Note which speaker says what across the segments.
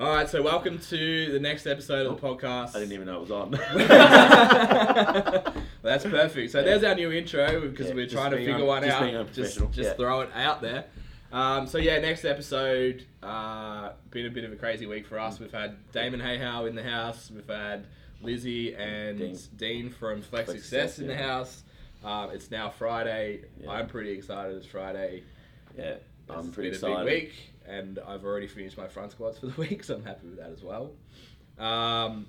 Speaker 1: All right, so welcome to the next episode of the podcast.
Speaker 2: I didn't even know it was on.
Speaker 1: That's perfect. So
Speaker 2: Yeah.
Speaker 1: there's our new intro because
Speaker 2: Yeah,
Speaker 1: we're
Speaker 2: just
Speaker 1: trying to
Speaker 2: being
Speaker 1: figure
Speaker 2: un-
Speaker 1: one
Speaker 2: just
Speaker 1: out.
Speaker 2: being unprofessional.
Speaker 1: Just, just
Speaker 2: Yeah.
Speaker 1: throw it out there. Um, so yeah, next episode. Uh, been a bit of a crazy week for us. We've had Damon Hayhow in the house. We've had Lizzie and Dean,
Speaker 2: Dean.
Speaker 1: from Flex,
Speaker 2: Flex
Speaker 1: Success
Speaker 2: Success,
Speaker 1: in the
Speaker 2: yeah.
Speaker 1: house. Um, it's now Friday.
Speaker 2: Yeah.
Speaker 1: I'm pretty excited. It's Friday.
Speaker 2: yeah, I'm
Speaker 1: It's
Speaker 2: pretty
Speaker 1: been
Speaker 2: excited.
Speaker 1: A big week, and I've already finished my front squats for the week, so I'm happy with that as well. Um,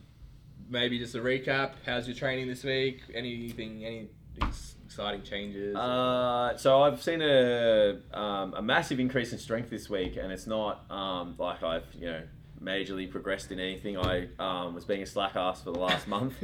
Speaker 1: maybe just a recap. How's your training this week? Anything? Any ex- exciting changes?
Speaker 2: Uh, so I've seen a um, a massive increase in strength this week, and it's not um, like I've you know majorly progressed in anything. I um, was being a slack ass for the last month,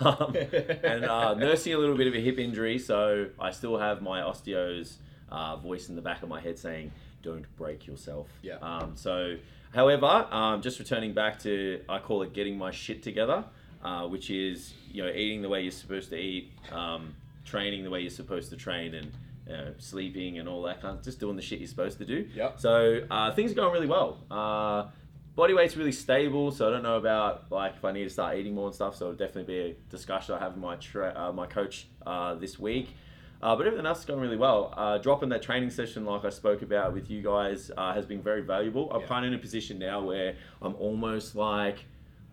Speaker 2: um, and uh, nursing a little bit of a hip injury, so I still have my osteo's uh, voice in the back of my head saying, "Don't break yourself."
Speaker 1: Yeah.
Speaker 2: Um, so, however, um, just returning back to I call it getting my shit together, uh, which is you know eating the way you're supposed to eat, um, training the way you're supposed to train, and you know, sleeping and all that kind of just doing the shit you're supposed to do.
Speaker 1: Yep.
Speaker 2: So uh, things are going really well. Uh, body weight's really stable, so I don't know about like if I need to start eating more and stuff. So it'll definitely be a discussion I have with my tra- uh, my coach uh, this week. Uh, but everything else is going really well. Uh, dropping that training session, like I spoke about with you guys, uh, has been very valuable. I'm
Speaker 1: Yeah.
Speaker 2: kind of in a position now where I'm almost like,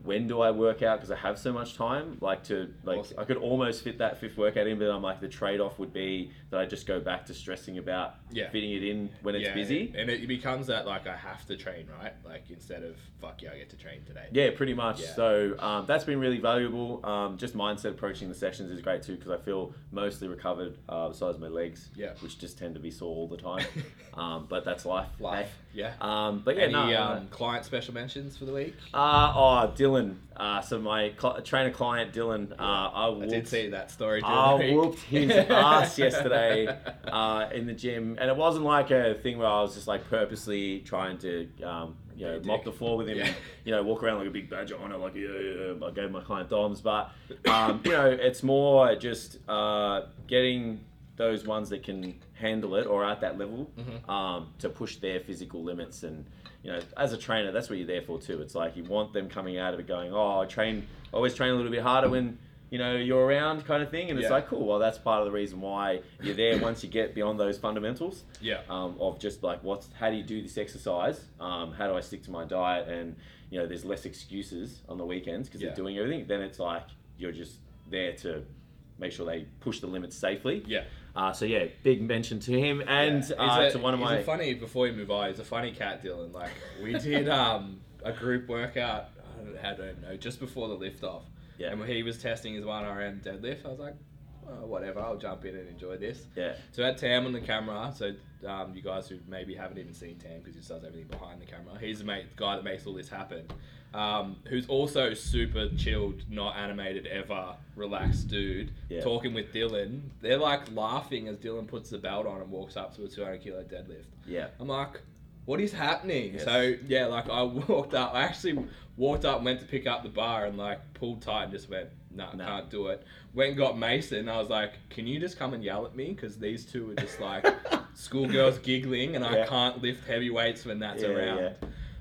Speaker 2: when do I work out? Because I have so much time. Like to like,
Speaker 1: Awesome.
Speaker 2: I could almost fit that fifth workout in, but I'm like, the trade off would be that I just go back to stressing about
Speaker 1: Yeah.
Speaker 2: fitting it in when it's
Speaker 1: Yeah,
Speaker 2: busy.
Speaker 1: and it becomes that like I have to train, right? Like instead of fuck yeah, I get to train today.
Speaker 2: Yeah, pretty much.
Speaker 1: Yeah.
Speaker 2: So um, that's been really valuable. Um, just mindset approaching the sessions is great too because I feel mostly recovered uh, besides my legs,
Speaker 1: Yeah.
Speaker 2: which just tend to be sore all the time. um, but that's life.
Speaker 1: Life,
Speaker 2: hey?
Speaker 1: yeah.
Speaker 2: Um, but yeah,
Speaker 1: Any
Speaker 2: no. no, no.
Speaker 1: um, client special mentions for the week?
Speaker 2: uh, oh, Dylan. Uh, so my cl- trainer client, Dylan. Uh, I,
Speaker 1: I
Speaker 2: whooped,
Speaker 1: did see that story. during
Speaker 2: I
Speaker 1: the week.
Speaker 2: whooped his ass yesterday uh, in the gym, and it wasn't like a thing where I was just like purposely trying to, um, you know,
Speaker 1: Be a
Speaker 2: mop
Speaker 1: dick.
Speaker 2: the floor with him,
Speaker 1: Yeah.
Speaker 2: and, you know, walk around like a big badger on it, like yeah, yeah, yeah. I gave my client DOMS, but um, you know, it's more just uh, getting those ones that can handle it or are at that level um, to push their physical limits and. You know, as a trainer, that's what you're there for too. It's like you want them coming out of it going, "Oh, I train, I always train a little bit harder when you know you're around," kind of thing. And it's
Speaker 1: Yeah.
Speaker 2: like, cool. Well, that's part of the reason why you're there once you get beyond those fundamentals
Speaker 1: Yeah.
Speaker 2: um, of just like what's how do you do this exercise um, how do i stick to my diet and you know there's less excuses on the weekends because
Speaker 1: Yeah.
Speaker 2: they're doing everything then it's like you're just there to make sure they push the limits safely
Speaker 1: Yeah.
Speaker 2: uh, so yeah big mention to him and
Speaker 1: Yeah.
Speaker 2: uh,
Speaker 1: He's a-
Speaker 2: to one of
Speaker 1: he's
Speaker 2: my
Speaker 1: a funny before you move on. He's a funny cat, Dylan. Like we did um, a group workout. I don't, I don't know, just before the lift off.
Speaker 2: Yeah.
Speaker 1: And he was testing his one RM deadlift. I was like, oh, whatever. I'll jump in and enjoy this.
Speaker 2: yeah
Speaker 1: So I had Tam on the camera. So um, you guys who maybe haven't even seen Tam because he just does everything behind the camera. He's the mate, guy that makes all this happen. Um, who's also super chilled, not animated ever, relaxed dude.
Speaker 2: Yeah.
Speaker 1: Talking with Dylan, they're like laughing as Dylan puts the belt on and walks up to a 200 kilo deadlift.
Speaker 2: yeah
Speaker 1: I'm like, what is happening?
Speaker 2: Yes.
Speaker 1: So yeah, like I walked up. I actually walked up, and went to pick up the bar, and like pulled tight and just went, nah,
Speaker 2: No.
Speaker 1: can't do it. Went and got Mason. I was like, can you just come and yell at me? Because these two are just like schoolgirls giggling, and I
Speaker 2: Yeah.
Speaker 1: can't lift heavy weights when that's
Speaker 2: Yeah,
Speaker 1: around.
Speaker 2: yeah.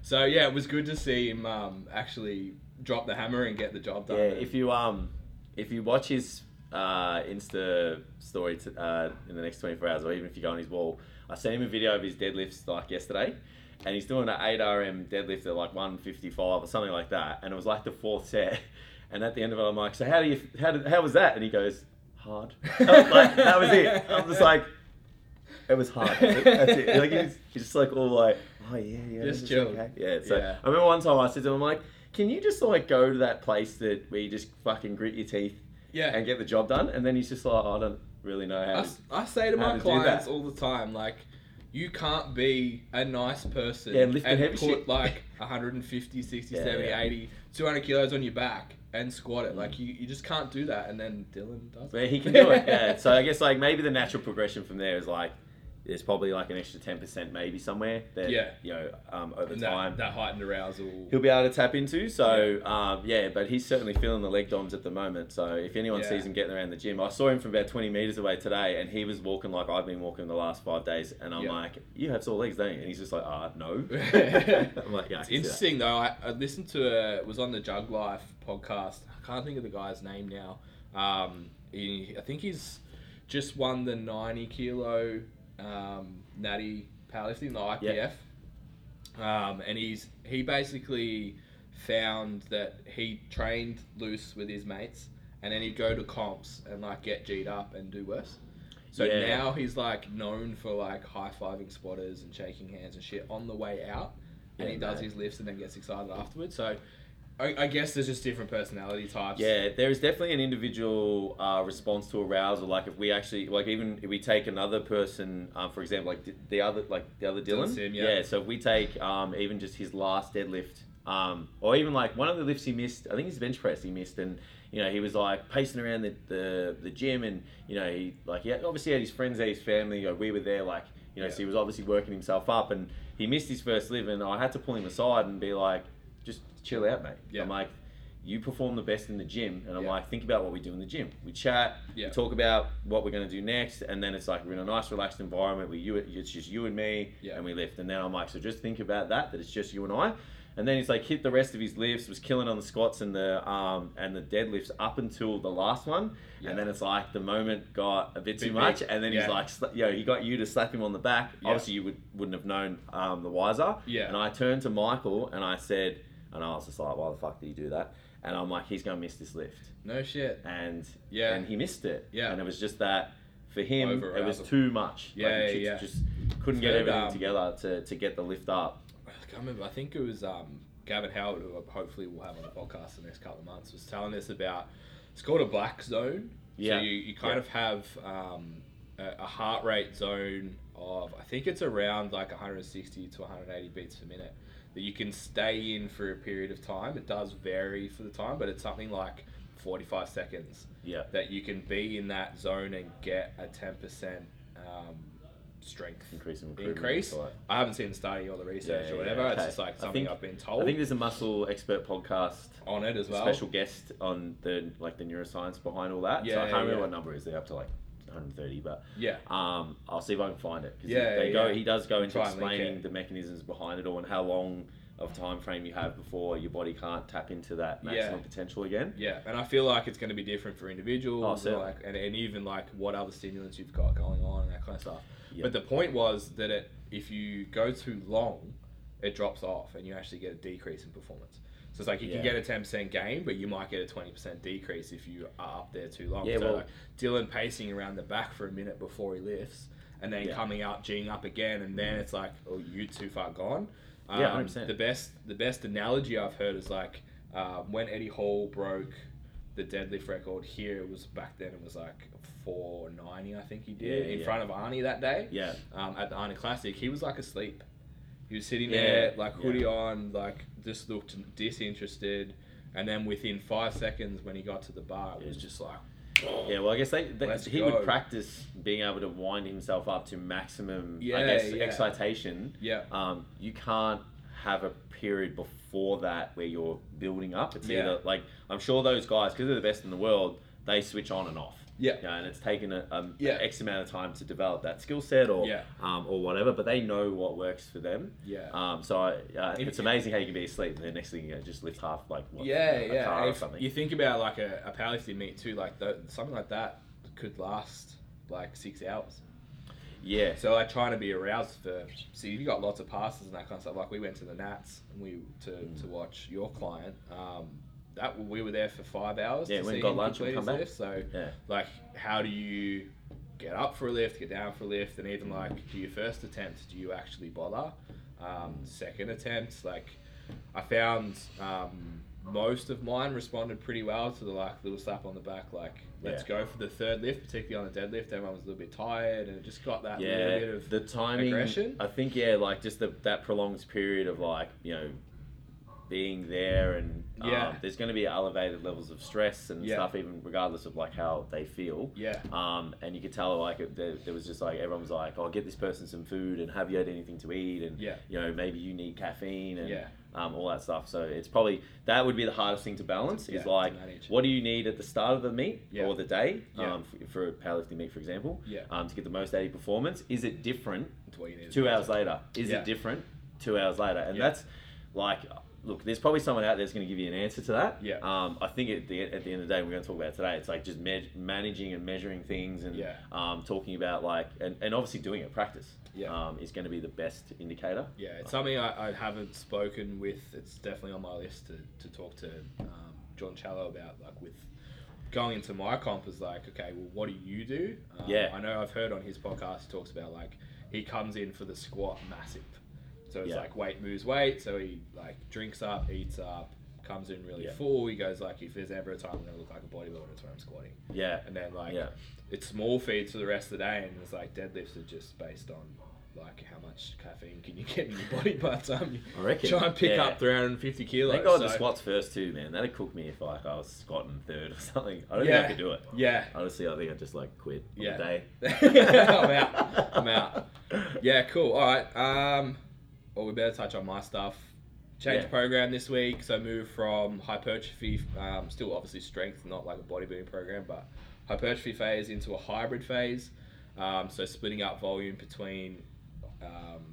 Speaker 1: So yeah, it was good to see him um, actually drop the hammer and get the job done.
Speaker 2: Yeah, if you um, if you watch his uh, Insta story t- uh, in the next 24 hours, or even if you go on his wall, I sent him a video of his deadlifts like yesterday, and he's doing an 8 RM deadlift at like 155 or something like that, and it was like the fourth set, and at the end of it, I'm like, so how do you how did, how was that? And he goes, hard. like that was it. I'm just like. It was hard. That's it. Like he was he's just like all like, oh yeah, yeah,
Speaker 1: Just
Speaker 2: it's
Speaker 1: chill.
Speaker 2: okay." Yeah. So
Speaker 1: Yeah.
Speaker 2: I remember one time I said to him, I'm like, can you just like go to that place that where you just fucking grit your teeth
Speaker 1: yeah,
Speaker 2: and get the job done? And then he's just like, I don't really know
Speaker 1: I,
Speaker 2: how. To.
Speaker 1: s- I say to
Speaker 2: how
Speaker 1: my
Speaker 2: to do
Speaker 1: clients
Speaker 2: that.
Speaker 1: all the time, like, you can't be a nice person
Speaker 2: Yeah, lift the
Speaker 1: and
Speaker 2: heavy
Speaker 1: put
Speaker 2: shit.
Speaker 1: like 150, 60,
Speaker 2: Yeah,
Speaker 1: 70,
Speaker 2: yeah. Mm.
Speaker 1: 80, 200 kilos on your back and squat it. Like, you, you just can't do that. And then Dylan does
Speaker 2: But he can do it. Yeah. So I guess like maybe the natural progression from there is like, there's probably like an extra ten percent maybe somewhere that
Speaker 1: Yeah.
Speaker 2: you know um, over
Speaker 1: And
Speaker 2: time
Speaker 1: that, that heightened arousal.
Speaker 2: he'll be able to tap into. So um, yeah, but he's certainly feeling the leg doms at the moment. So if anyone
Speaker 1: Yeah.
Speaker 2: sees him getting around the gym, I saw him from about 20 meters away today, and he was walking like I've been walking the last five days, and I'm
Speaker 1: Yeah.
Speaker 2: like, you have sore legs, don't you? And he's just like, ah, no. I'm like, yeah, I
Speaker 1: It's
Speaker 2: can see that."
Speaker 1: interesting though. I, I listened to uh, was on the Jug Life podcast. I can't think of the guy's name now. Um, he, I think he's just won the ninety kilo um, natty powerlifting, the IPF, um, and he's he basically found that he trained loose with his mates, and then he'd go to comps and like get G'd up and do worse. So
Speaker 2: Yeah.
Speaker 1: now he's like known for like high fiving spotters and shaking hands and shit on the way out, and
Speaker 2: Yeah,
Speaker 1: he does
Speaker 2: mate.
Speaker 1: his lifts and then gets excited afterwards. So I, I guess there's just different personality types.
Speaker 2: Yeah, there is definitely an individual uh, response to arousal. Like if we actually, like even if we take another person, um, for example, like d- the other, like the other
Speaker 1: Dylan
Speaker 2: Dylan.
Speaker 1: Sim, yeah.
Speaker 2: So if we take um, even just his last deadlift, um, or even like one of the lifts he missed. I think his bench press he missed, and you know he was like pacing around the the, the gym, and you know he like he had, obviously had his friends there, his family. Like we were there, like you know,
Speaker 1: Yeah.
Speaker 2: so he was obviously working himself up, and he missed his first lift, and I had to pull him aside and be like, just chill out, mate.
Speaker 1: Yeah.
Speaker 2: I'm like you perform the best in the gym and i'm
Speaker 1: Yeah.
Speaker 2: like think about what we do in the gym we chat
Speaker 1: Yeah.
Speaker 2: we talk about what we're going to do next and then it's like we're in a nice relaxed environment where you it's just you and me
Speaker 1: Yeah.
Speaker 2: and we lift and then i'm like so just think about that that it's just you and i and then he's like hit the rest of his lifts was killing on the squats and the um and the deadlifts up until the last one
Speaker 1: Yeah.
Speaker 2: and then it's like the moment got a bit
Speaker 1: Bit
Speaker 2: too
Speaker 1: big.
Speaker 2: much and then he's
Speaker 1: Yeah.
Speaker 2: like sla- yo he got you to slap him on the back
Speaker 1: Yeah.
Speaker 2: obviously you would, wouldn't have known um, the wiser
Speaker 1: Yeah.
Speaker 2: and i turned to michael and i said and I was just like, why the fuck did he do that? And I'm like, he's gonna miss this lift,
Speaker 1: No shit.
Speaker 2: and
Speaker 1: Yeah.
Speaker 2: and he missed it.
Speaker 1: Yeah.
Speaker 2: and it was just that for him, it was
Speaker 1: Overarousal.
Speaker 2: too much.
Speaker 1: Yeah,
Speaker 2: like, he
Speaker 1: yeah,
Speaker 2: just couldn't get
Speaker 1: Third,
Speaker 2: everything
Speaker 1: um,
Speaker 2: together to, to get the lift up.
Speaker 1: I can't remember. I think it was um, Gavin Howard, who hopefully we'll have on the podcast in the next couple of months, was telling us about. It's called a black zone.
Speaker 2: Yeah.
Speaker 1: So you, you kind
Speaker 2: Yeah.
Speaker 1: of have um, a, a heart rate zone of I think it's around like 160 to 180 beats per minute that you can stay in for a period of time. It does vary for the time, but it's something like 45 seconds
Speaker 2: Yeah,
Speaker 1: that you can be in that zone and get a 10% um, strength
Speaker 2: increase in recruitment.
Speaker 1: increase.
Speaker 2: so, like-
Speaker 1: I haven't seen the study or the research
Speaker 2: Yeah,
Speaker 1: or
Speaker 2: yeah,
Speaker 1: whatever. It's
Speaker 2: okay.
Speaker 1: just like
Speaker 2: I
Speaker 1: something
Speaker 2: think-
Speaker 1: I've been
Speaker 2: I
Speaker 1: told
Speaker 2: think there's a muscle expert podcast.
Speaker 1: on it as well.
Speaker 2: Special guest on the like the neuroscience behind all that. so
Speaker 1: Yeah,
Speaker 2: I can't
Speaker 1: yeah,
Speaker 2: remember
Speaker 1: yeah.
Speaker 2: what number it is. They're up to like 130, but
Speaker 1: Yeah.
Speaker 2: Um, I'll see if I can find it. 'cause
Speaker 1: Yeah,
Speaker 2: they
Speaker 1: yeah,
Speaker 2: go.
Speaker 1: yeah.
Speaker 2: He does go into
Speaker 1: Try and link
Speaker 2: explaining
Speaker 1: it.
Speaker 2: the mechanisms behind it all and how long of time frame you have before your body can't tap into that
Speaker 1: Yeah.
Speaker 2: maximum potential again.
Speaker 1: Yeah, and I feel like it's going to be different for
Speaker 2: Oh,
Speaker 1: individuals,
Speaker 2: certainly.
Speaker 1: like, and, and even like what other stimulants you've got going on and that kind of stuff.
Speaker 2: Yeah.
Speaker 1: But the point was that it, if you go too long, it drops off, and you actually get a decrease in performance. So it's like you can
Speaker 2: Yeah.
Speaker 1: get a ten percent gain, but you might get a twenty percent decrease if you are up there too long.
Speaker 2: Yeah,
Speaker 1: so
Speaker 2: well-
Speaker 1: like Dylan pacing around the back for a minute before he lifts, and then
Speaker 2: Yeah. Mm.
Speaker 1: coming up, g'ing up again, and then it's like, oh, you too far gone.
Speaker 2: Yeah,
Speaker 1: Um,
Speaker 2: 100%.
Speaker 1: The best, the best analogy I've heard is like uh, when Eddie Hall broke the deadlift record here. It was back then. It was like four ninety, I think he did
Speaker 2: Yeah,
Speaker 1: in
Speaker 2: yeah.
Speaker 1: front of Arnie that day.
Speaker 2: Yeah.
Speaker 1: Um, at the Arnie Classic, he was like asleep. He was sitting
Speaker 2: Yeah,
Speaker 1: there, like
Speaker 2: yeah.
Speaker 1: hoodie on, like just looked disinterested. And then within five seconds, when he got to the bar, it was
Speaker 2: Yeah.
Speaker 1: just like,
Speaker 2: Yeah, well, I guess they, they-
Speaker 1: Let's
Speaker 2: he
Speaker 1: go.
Speaker 2: would practice being able to wind himself up to maximum, I
Speaker 1: Yeah,
Speaker 2: guess,
Speaker 1: yeah.
Speaker 2: excitation.
Speaker 1: yeah,
Speaker 2: Um, you can't have a period before that where you're building up. It's
Speaker 1: Yeah.
Speaker 2: either like I'm sure those guys, because they're the best in the world, they switch on and off.
Speaker 1: yeah,
Speaker 2: Yeah, and it's taken a, um,
Speaker 1: Yeah.
Speaker 2: X amount of time to develop that skill set or
Speaker 1: Yeah.
Speaker 2: um, or whatever, but they know what works for them.
Speaker 1: yeah.
Speaker 2: Um, so I, uh,
Speaker 1: If-
Speaker 2: it's amazing how you can be asleep and the next thing you know, just lift half like what,
Speaker 1: yeah,
Speaker 2: you know, a
Speaker 1: yeah.
Speaker 2: car or
Speaker 1: If
Speaker 2: something.
Speaker 1: you think about like a, a powerlifting meet too, like th- something like that could last like six hours.
Speaker 2: yeah,
Speaker 1: So like trying to be aroused for see you got lots of passes and that kind of stuff. Like we went to the Nats and we to,
Speaker 2: Mm.
Speaker 1: to watch your client. Um, that we were there for five hours.
Speaker 2: Yeah,
Speaker 1: to
Speaker 2: went
Speaker 1: see
Speaker 2: and got
Speaker 1: him
Speaker 2: lunch
Speaker 1: complete
Speaker 2: and come
Speaker 1: his
Speaker 2: back.
Speaker 1: lift. So
Speaker 2: yeah,
Speaker 1: like, how do you get up for a lift, get down for a lift, and even like, do your first attempt, do you actually bother? Um, second attempt, like, I found um, most of mine responded pretty well to the like little slap on the back, like, let's
Speaker 2: Yeah.
Speaker 1: go for the third lift, particularly on the deadlift. Everyone was a little bit tired, and it just got that little bit
Speaker 2: yeah.
Speaker 1: of
Speaker 2: The timing,
Speaker 1: aggression?
Speaker 2: I think, yeah, like just the, that prolonged period of like you know being there, and um,
Speaker 1: Yeah.
Speaker 2: there's going to be elevated levels of stress and
Speaker 1: Yeah.
Speaker 2: stuff, even regardless of like how they feel.
Speaker 1: Yeah.
Speaker 2: Um, and you could tell like it, there, there was just like everyone was like, "Oh, get this person some food," and have you had anything to eat? And
Speaker 1: Yeah.
Speaker 2: you know, maybe you need caffeine and
Speaker 1: Yeah.
Speaker 2: um, all that stuff. So it's probably that would be the hardest thing to balance
Speaker 1: Yeah,
Speaker 2: is
Speaker 1: to
Speaker 2: like,
Speaker 1: manage.
Speaker 2: what do you need at the start of the meet
Speaker 1: Yeah.
Speaker 2: or the day
Speaker 1: Yeah.
Speaker 2: um, for, for a powerlifting meet, for example,
Speaker 1: Yeah.
Speaker 2: um, to get the most out of your performance? Is it different
Speaker 1: That's what you need.
Speaker 2: two hours later? Is
Speaker 1: Yeah.
Speaker 2: it different two hours later? And
Speaker 1: Yeah.
Speaker 2: that's like, look, there's probably someone out there that's going to give you an answer to that.
Speaker 1: Yeah.
Speaker 2: Um, I think at the, at the end of the day, we're going to talk about it today. It's like just me- managing and measuring things and
Speaker 1: Yeah.
Speaker 2: um, talking about like, and, and obviously doing it practice
Speaker 1: Yeah.
Speaker 2: um, is going to be the best indicator.
Speaker 1: Yeah, it's something I, I haven't spoken with. It's definitely on my list to, to talk to um, John Challo about, like with going into my comp is like, okay, well, what do you do? Um,
Speaker 2: Yeah.
Speaker 1: I know I've heard on his podcast, he talks about like, he comes in for the squat massive. So it's
Speaker 2: Yeah.
Speaker 1: like weight moves weight. So he like drinks up, eats up, comes in really
Speaker 2: Yeah.
Speaker 1: full. He goes like, if there's ever a time I'm going to look like a bodybuilder, it's when I'm squatting.
Speaker 2: Yeah.
Speaker 1: And then like,
Speaker 2: Yeah.
Speaker 1: it's small feeds for the rest of the day, and it's like deadlifts are just based on like how much caffeine can you get in your body by the time you
Speaker 2: I reckon,
Speaker 1: try and pick
Speaker 2: yeah.
Speaker 1: up 350 kilos.
Speaker 2: Thank God
Speaker 1: so-
Speaker 2: the squats first too, man. That'd cook me if like I was squatting third or something. I don't think
Speaker 1: Yeah.
Speaker 2: I could do it.
Speaker 1: Yeah,
Speaker 2: Honestly, I think I'd just like quit on
Speaker 1: Yeah.
Speaker 2: the day.
Speaker 1: I'm out. I'm out. yeah, cool. All right. Um, well, we better touch on my stuff. Change
Speaker 2: Yeah.
Speaker 1: program this week, so move from hypertrophy, um, still obviously strength, not like a bodybuilding program, but hypertrophy phase into a hybrid phase. Um, so splitting up volume between um,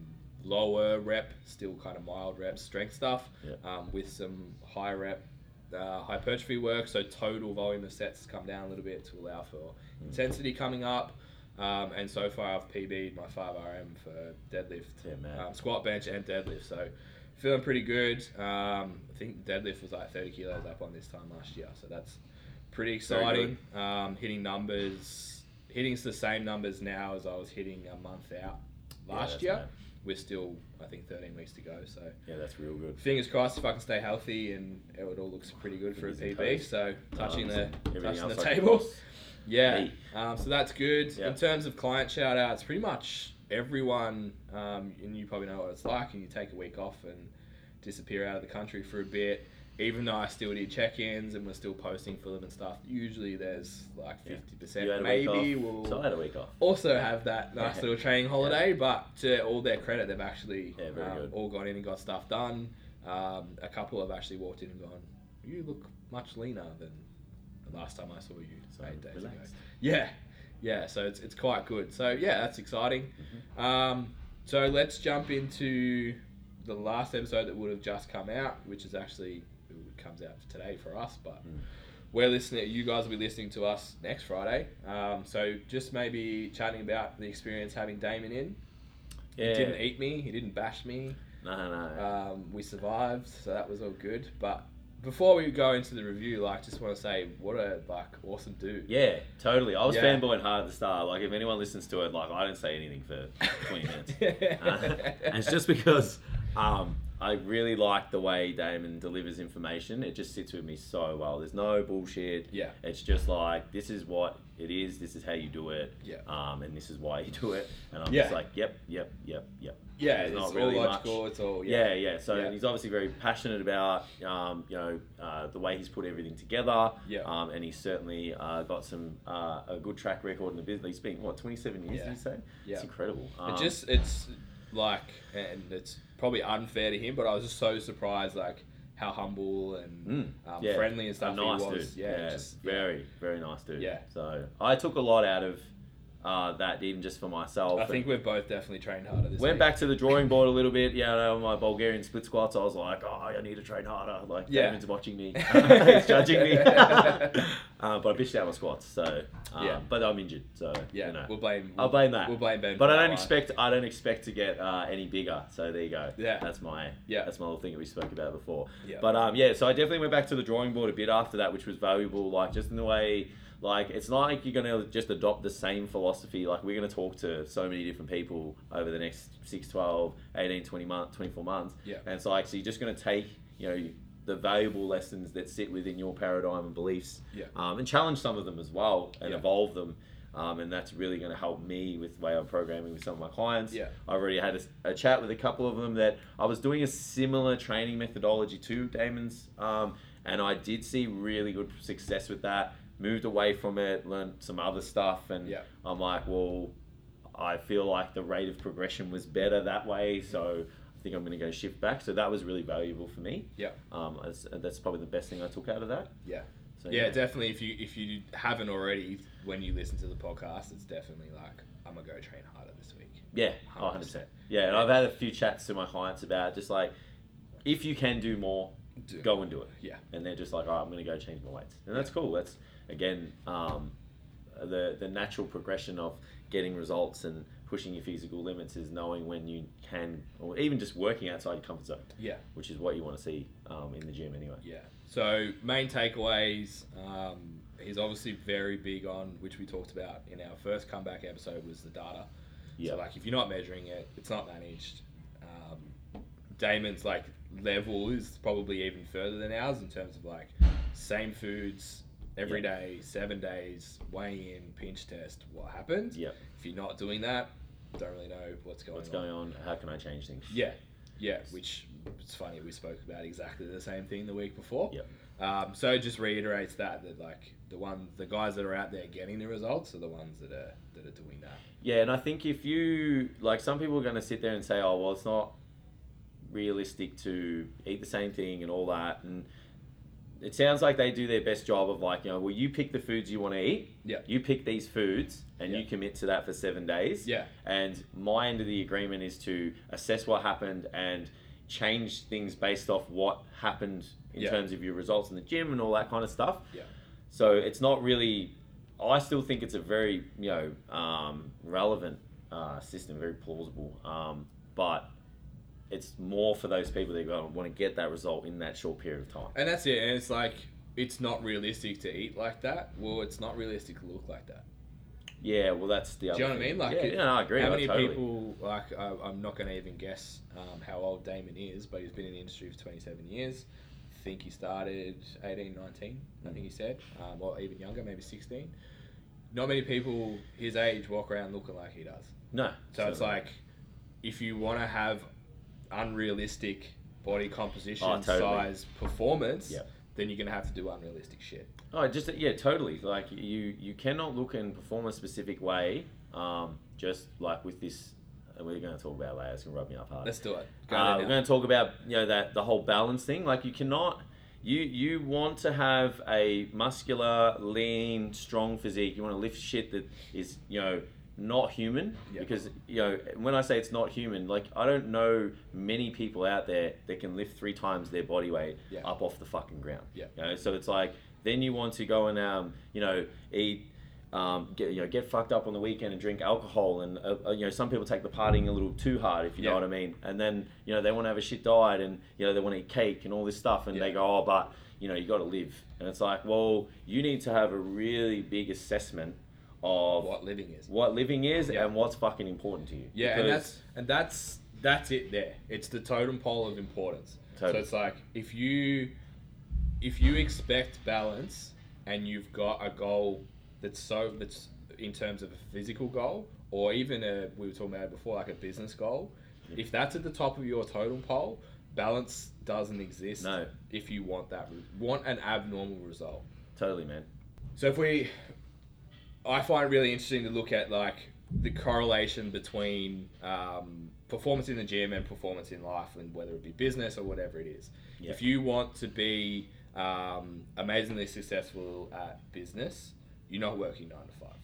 Speaker 1: lower rep, still kind of mild rep strength stuff,
Speaker 2: Yeah.
Speaker 1: um, with some high rep uh, hypertrophy work. So total volume of sets come down a little bit to allow for
Speaker 2: Hmm.
Speaker 1: intensity coming up. Um, and so far, I've PB'd my 5RM for deadlift,
Speaker 2: Yeah, man.
Speaker 1: um, squat, bench, and deadlift. So feeling pretty good. Um, I think deadlift was like 30 kilos up on this time last year. So that's pretty
Speaker 2: Very
Speaker 1: exciting. Um, hitting numbers, hitting the same numbers now as I was hitting a month out
Speaker 2: Yeah,
Speaker 1: last
Speaker 2: that's
Speaker 1: year.
Speaker 2: mad.
Speaker 1: We're still, I think, 13 weeks to go. So
Speaker 2: Yeah, that's real good.
Speaker 1: fingers crossed if I can stay healthy and it all looks pretty good for a
Speaker 2: Fingers and
Speaker 1: PB.
Speaker 2: toes.
Speaker 1: So touching
Speaker 2: Um,
Speaker 1: the
Speaker 2: everything
Speaker 1: touching the
Speaker 2: else I can
Speaker 1: table.
Speaker 2: cross.
Speaker 1: Yeah.
Speaker 2: Hey.
Speaker 1: Um, so that's good.
Speaker 2: Yeah.
Speaker 1: In terms of client shout outs, pretty much everyone, um, and you probably know what it's like, and you take a week off and disappear out of the country for a bit. Even though I still did check ins and we're still posting for them and stuff, usually there's like
Speaker 2: Yeah.
Speaker 1: 50%.
Speaker 2: You had a week
Speaker 1: Maybe
Speaker 2: off.
Speaker 1: we'll
Speaker 2: So I had a week off.
Speaker 1: also have that nice
Speaker 2: Yeah.
Speaker 1: little training holiday, but to all their credit, they've actually
Speaker 2: Yeah, very
Speaker 1: um,
Speaker 2: good.
Speaker 1: all gone in and got stuff done. Um, a couple have actually walked in and gone, "You look much leaner than the last time I saw you
Speaker 2: So
Speaker 1: eight days ago."
Speaker 2: relaxed.
Speaker 1: Yeah, yeah. So it's it's quite good. So yeah, that's exciting. Um, so let's jump into the last episode that would have just come out, which is actually it comes out today for us, but we're listening. You guys will be listening to us next Friday. Um, so just maybe chatting about the experience having Damon in. He didn't
Speaker 2: Yeah.
Speaker 1: eat me. He didn't bash me.
Speaker 2: No, no.
Speaker 1: Um, we survived, so that was all good. But before we go into the review, like, just want to say what a like awesome dude.
Speaker 2: Yeah, totally. I was
Speaker 1: Yeah.
Speaker 2: fanboying hard at the start. Like, if anyone listens to it, like, I didn't say anything for 20 minutes. Uh, and it's just because um, I really like the way Damon delivers information. It just sits with me so well. There's no bullshit.
Speaker 1: Yeah.
Speaker 2: It's just like this is what it is. This is how you do it.
Speaker 1: Yeah.
Speaker 2: Um, and this is why you do it. And I'm
Speaker 1: Yeah.
Speaker 2: just like, yep, yep, yep, yep.
Speaker 1: yeah,
Speaker 2: There's
Speaker 1: it's
Speaker 2: not
Speaker 1: all
Speaker 2: really much-
Speaker 1: logical. It's all Oh, yeah.
Speaker 2: Yeah, yeah. So
Speaker 1: Yeah.
Speaker 2: he's obviously very passionate about, um, you know, uh, the way he's put everything together.
Speaker 1: Yeah.
Speaker 2: Um, and he's certainly uh, got some uh, a good track record in the business. He's been what 27 years,
Speaker 1: Yeah.
Speaker 2: did you say?
Speaker 1: Yeah.
Speaker 2: It's incredible. Um,
Speaker 1: It just it's like, and it's probably unfair to him, but I was just so surprised like how humble and
Speaker 2: Mm,
Speaker 1: um,
Speaker 2: yeah.
Speaker 1: friendly and
Speaker 2: a
Speaker 1: stuff
Speaker 2: nice
Speaker 1: he was.
Speaker 2: dude.
Speaker 1: Yeah,
Speaker 2: Yeah,
Speaker 1: just- yeah.
Speaker 2: very very nice dude.
Speaker 1: Yeah.
Speaker 2: So I took a lot out of uh, that, even just for myself.
Speaker 1: I
Speaker 2: and-
Speaker 1: think we've both definitely trained harder this
Speaker 2: Went
Speaker 1: week.
Speaker 2: back to the drawing board a little bit. Yeah, I know my Bulgarian split squats. I was like, oh, I need to train harder. Like,
Speaker 1: Yeah.
Speaker 2: Damon's watching me. He's judging me. uh, but I bitched out my squats. So, um,
Speaker 1: Yeah.
Speaker 2: but I'm injured. So,
Speaker 1: Yeah,
Speaker 2: you know,
Speaker 1: we'll blame.
Speaker 2: I'll blame that.
Speaker 1: We'll blame Ben.
Speaker 2: but
Speaker 1: for
Speaker 2: I
Speaker 1: that
Speaker 2: don't
Speaker 1: one.
Speaker 2: expect. I don't expect to get uh, any bigger. So there you go.
Speaker 1: Yeah.
Speaker 2: That's my.
Speaker 1: Yeah.
Speaker 2: That's my little thing that we spoke about before.
Speaker 1: Yeah.
Speaker 2: But um, yeah. So I definitely went back to the drawing board a bit after that, which was valuable. Like just in the way, like it's not like you're gonna just adopt the same philosophy. Like we're gonna talk to so many different people over the next 6, 12, 18, 20 month, 24 months.
Speaker 1: Yeah.
Speaker 2: And it's like so you're just gonna take you know the valuable lessons that sit within your paradigm and beliefs
Speaker 1: Yeah.
Speaker 2: um, and challenge some of them as well and
Speaker 1: Yeah.
Speaker 2: evolve them Um, and that's really going to help me with the way I'm programming with some of my clients.
Speaker 1: Yeah.
Speaker 2: I've already had a, a chat with a couple of them that I was doing a similar training methodology to Damon's, um, and I did see really good success with that. Moved away from it, learned some other stuff, and
Speaker 1: Yeah.
Speaker 2: I'm like, well, I feel like the rate of progression was better that way,
Speaker 1: Mm-hmm.
Speaker 2: so I think I'm going to go shift back. So that was really valuable for me.
Speaker 1: Yeah.
Speaker 2: Um, that's, that's probably the best thing I took out of that.
Speaker 1: Yeah.
Speaker 2: So,
Speaker 1: yeah, definitely. If you if you haven't already, when you listen to the podcast, it's definitely like I'm gonna go train harder this week.
Speaker 2: Yeah, oh, 100%. Yeah, and I've had a few chats to my clients about just like, if you can do more,
Speaker 1: Do it.
Speaker 2: go and do it.
Speaker 1: Yeah.
Speaker 2: And they're just like, all right, I'm going to go change my weights. And that's cool. That's, again, um, the, the natural progression of getting results and pushing your physical limits is knowing when you can, or even just working outside your comfort zone,
Speaker 1: Yeah.
Speaker 2: which is what you want to see um, in the gym anyway.
Speaker 1: Yeah. So main takeaways. Um, he's obviously very big on which we talked about in our first comeback episode was the data.
Speaker 2: Yeah.
Speaker 1: So like if you're not measuring it, it's not managed. Um, Damon's like level is probably even further than ours in terms of like same foods every
Speaker 2: Yeah.
Speaker 1: day, seven days, weigh in, pinch test, what happens.
Speaker 2: Yeah.
Speaker 1: If you're not doing that, don't really know what's going
Speaker 2: What's
Speaker 1: on.
Speaker 2: going on? How can I change things?
Speaker 1: Yeah, yeah. Which it's funny we spoke about exactly the same thing the week before.
Speaker 2: Yep.
Speaker 1: Um, so it just reiterates that that like the one the guys that are out there getting the results are the ones that are that are doing that.
Speaker 2: Yeah, and I think if you like, some people are going to sit there and say, "Oh, well, it's not realistic to eat the same thing and all that." And it sounds like they do their best job of like, you know, well, you pick the foods you want to eat.
Speaker 1: Yeah.
Speaker 2: You pick these foods and
Speaker 1: Yeah.
Speaker 2: you commit to that for seven days.
Speaker 1: Yeah.
Speaker 2: And my end of the agreement is to assess what happened and change things based off what happened in
Speaker 1: Yeah.
Speaker 2: terms of your results in the gym and all that kind of stuff.
Speaker 1: Yeah.
Speaker 2: So it's not really. I still think it's a very you know um, relevant uh, system, very plausible. Um, but it's more for those people that go want to get that result in that short period of time.
Speaker 1: And that's it. And it's like it's not realistic to eat like that. Well, it's not realistic to look like that.
Speaker 2: Yeah, well, that's the.
Speaker 1: Do
Speaker 2: Other
Speaker 1: you know what I
Speaker 2: thing.
Speaker 1: mean? Like,
Speaker 2: yeah,
Speaker 1: it-
Speaker 2: yeah, no, I agree.
Speaker 1: How
Speaker 2: I
Speaker 1: many
Speaker 2: totally-
Speaker 1: people like I, I'm not going to even guess um, how old Damon is, but he's been in the industry for 27 years. I think he started 18, 19. I
Speaker 2: Hmm.
Speaker 1: think he said, um, or even younger, maybe 16. Not many people his age walk around looking like he does.
Speaker 2: No.
Speaker 1: So it's like if you want to have unrealistic body composition,
Speaker 2: Oh, totally.
Speaker 1: size, performance,
Speaker 2: Yep.
Speaker 1: then you're going to have to do unrealistic shit.
Speaker 2: Oh, just yeah, totally. Like you, you cannot look and perform a specific way. Um, just like with this, we're going to talk about it later. It's going to rub me up hard.
Speaker 1: Let's do it. Go
Speaker 2: Uh,
Speaker 1: there
Speaker 2: we're
Speaker 1: now.
Speaker 2: going to talk about you know that the whole balance thing. Like you cannot, you you want to have a muscular, lean, strong physique. You want to lift shit that is you know not human
Speaker 1: Yeah.
Speaker 2: because you know when I say it's not human, like I don't know many people out there that can lift three times their body weight
Speaker 1: Yeah.
Speaker 2: up off the fucking ground.
Speaker 1: Yeah.
Speaker 2: You know, so it's like then you want to go and um you know eat. Um, get you know, get fucked up on the weekend and drink alcohol, and uh, uh, you know some people take the partying a little too hard. If you
Speaker 1: Yeah.
Speaker 2: know what I mean what I mean? And then, you know, they want to have a shit diet and, you know, they want to eat cake and all this stuff. And
Speaker 1: Yeah.
Speaker 2: they go, oh, but, you know, you got to live. And it's like, well, you need to have a really big assessment of what,
Speaker 1: what living is.
Speaker 2: living is
Speaker 1: Yeah.
Speaker 2: and what's fucking important to you.
Speaker 1: Yeah, and
Speaker 2: Because-
Speaker 1: that's and that's that's it there. It's the totem pole of importance. So
Speaker 2: Totally.
Speaker 1: it's like if you if you expect balance and you've got a goal that's so that's in terms of a physical goal or even a we were talking about it before like a business goal, if that's at the top of your totem pole, balance doesn't exist.
Speaker 2: No.
Speaker 1: If you want that re- want an abnormal result.
Speaker 2: totally, man.
Speaker 1: So if we, I find it really interesting to look at like the correlation between um, performance in the gym and performance in life, and whether it be business or whatever it is.
Speaker 2: Yeah.
Speaker 1: If you want to be um, amazingly successful at business, you're not working nine to five.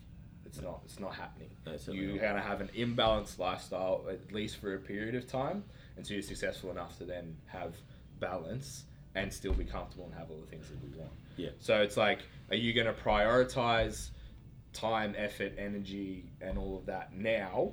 Speaker 1: It's not. It's not happening.
Speaker 2: No, it's certainly
Speaker 1: You're
Speaker 2: not.
Speaker 1: going to have an imbalanced lifestyle at least for a period of time until you're successful enough to then have balance and still be comfortable and have all the things that we want.
Speaker 2: Yeah.
Speaker 1: So it's like, are you going to prioritize time, effort, energy, and all of that now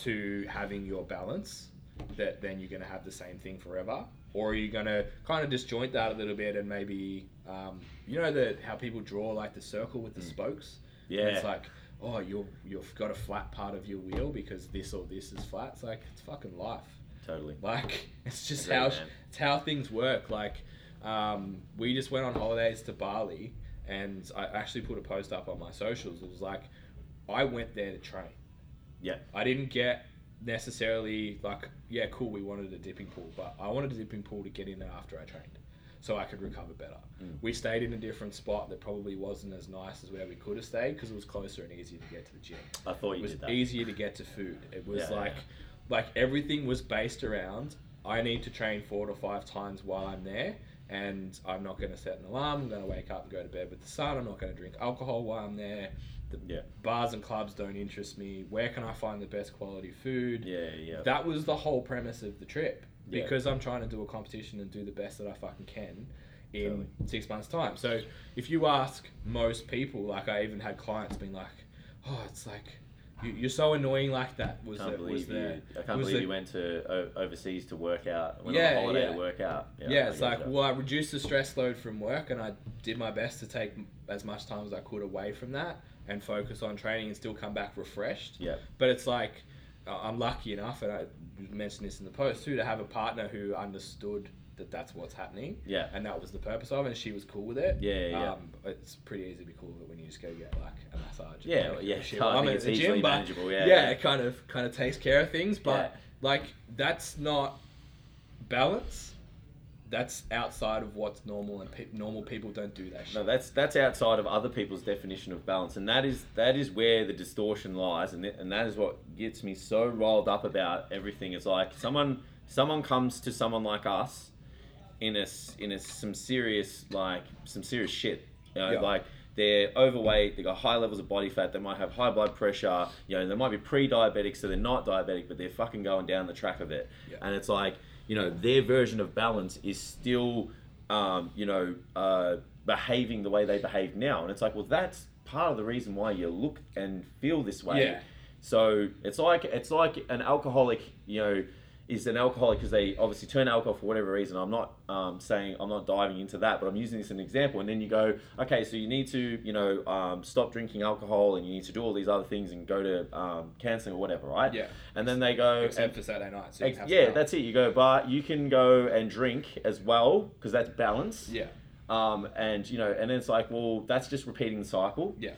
Speaker 1: to having your balance that then you're going to have the same thing forever? Or are you going to kind of disjoint that a little bit and maybe, um, you know, the, how people draw like the circle with the
Speaker 2: Mm.
Speaker 1: spokes? And
Speaker 2: Yeah.
Speaker 1: It's like, oh, you're, you've got a flat part of your wheel because this or this is flat. It's like, it's fucking life.
Speaker 2: Totally.
Speaker 1: Like it's just
Speaker 2: Agreed,
Speaker 1: how
Speaker 2: man.
Speaker 1: it's how things work. Like um, we just went on holidays to Bali, and I actually put a post up on my socials. It was like I went there to train.
Speaker 2: Yeah.
Speaker 1: I didn't get necessarily like, yeah, cool, we wanted a dipping pool, but I wanted a dipping pool to get in after I trained so I could recover better.
Speaker 2: Mm.
Speaker 1: We stayed in a different spot that probably wasn't as nice as where we could have stayed because it was closer and easier to get to the gym.
Speaker 2: I thought
Speaker 1: It
Speaker 2: you
Speaker 1: was
Speaker 2: did that.
Speaker 1: easier to get to food. It was
Speaker 2: Yeah, yeah,
Speaker 1: like, like everything was based around I need to train four to five times while I'm there, and I'm not going to set an alarm. I'm going to wake up and go to bed with the sun. I'm not going to drink alcohol while I'm there. The
Speaker 2: Yeah.
Speaker 1: bars and clubs don't interest me. Where can I find the best quality food?
Speaker 2: Yeah, yeah.
Speaker 1: That was the whole premise of the trip
Speaker 2: Yeah.
Speaker 1: because I'm trying to do a competition and do the best that I fucking can in
Speaker 2: Totally.
Speaker 1: six months' time. So if you ask most people, like I even had clients being like, "Oh, it's like you, you're so annoying like that." Was
Speaker 2: I can't
Speaker 1: it? Was
Speaker 2: believe
Speaker 1: the,
Speaker 2: you. I can't
Speaker 1: was
Speaker 2: believe
Speaker 1: the-
Speaker 2: you went to o- overseas to work out. Went on
Speaker 1: Yeah,
Speaker 2: a holiday
Speaker 1: yeah.
Speaker 2: to work out.
Speaker 1: yeah,
Speaker 2: I
Speaker 1: it's
Speaker 2: get
Speaker 1: like
Speaker 2: that.
Speaker 1: well, I reduced the stress load from work and I did my best to take m- as much time as I could away from that and focus on training and still come back refreshed.
Speaker 2: Yeah.
Speaker 1: But it's like I- I'm lucky enough, and I mentioned this in the post too, to have a partner who understood that that's what's happening.
Speaker 2: Yeah.
Speaker 1: And that was the purpose of, it, and she was cool with it.
Speaker 2: Yeah, yeah, yeah.
Speaker 1: Um, it's pretty easy to be cool with it when you just go get like a massage. and
Speaker 2: Yeah,
Speaker 1: go,
Speaker 2: yeah,
Speaker 1: "Shit,
Speaker 2: I
Speaker 1: well, I'm
Speaker 2: think
Speaker 1: at
Speaker 2: it's
Speaker 1: the
Speaker 2: easily
Speaker 1: gym, but
Speaker 2: manageable, yeah, yeah.
Speaker 1: it kind of kind of takes care of things, but
Speaker 2: Yeah.
Speaker 1: like that's not balance. That's outside of what's normal, and pe- normal people don't do that shit.
Speaker 2: No, that's that's outside of other people's definition of balance, and that is that is where the distortion lies, and it, and that is what gets me so rolled up about everything. It's like someone someone comes to someone like us, in a s- in a some serious like some serious shit, you know,
Speaker 1: Yeah.
Speaker 2: like. They're overweight. They got high levels of body fat. They might have high blood pressure. You know, they might be pre-diabetic, so they're not diabetic, but they're fucking going down the track of it.
Speaker 1: Yeah.
Speaker 2: And it's like, you know, their version of balance is still, um, you know, uh, behaving the way they behave now. And it's like, well, that's part of the reason why you look and feel this way.
Speaker 1: Yeah.
Speaker 2: So it's like it's like an alcoholic, you know, is an alcoholic because they obviously turn alcohol for whatever reason. I'm not um, saying I'm not diving into that, but I'm using this as an example. And then you go, okay, so you need to, you know, um, stop drinking alcohol and you need to do all these other things and go to um, counseling or whatever, right?
Speaker 1: Yeah.
Speaker 2: And then they go,
Speaker 1: Except for Saturday night. So you
Speaker 2: Ex-
Speaker 1: have to
Speaker 2: yeah,
Speaker 1: go.
Speaker 2: that's it. You go, but you can go and drink as well because that's balance.
Speaker 1: yeah,
Speaker 2: Um, and you know, and it's like, well, that's just repeating the cycle.
Speaker 1: yeah.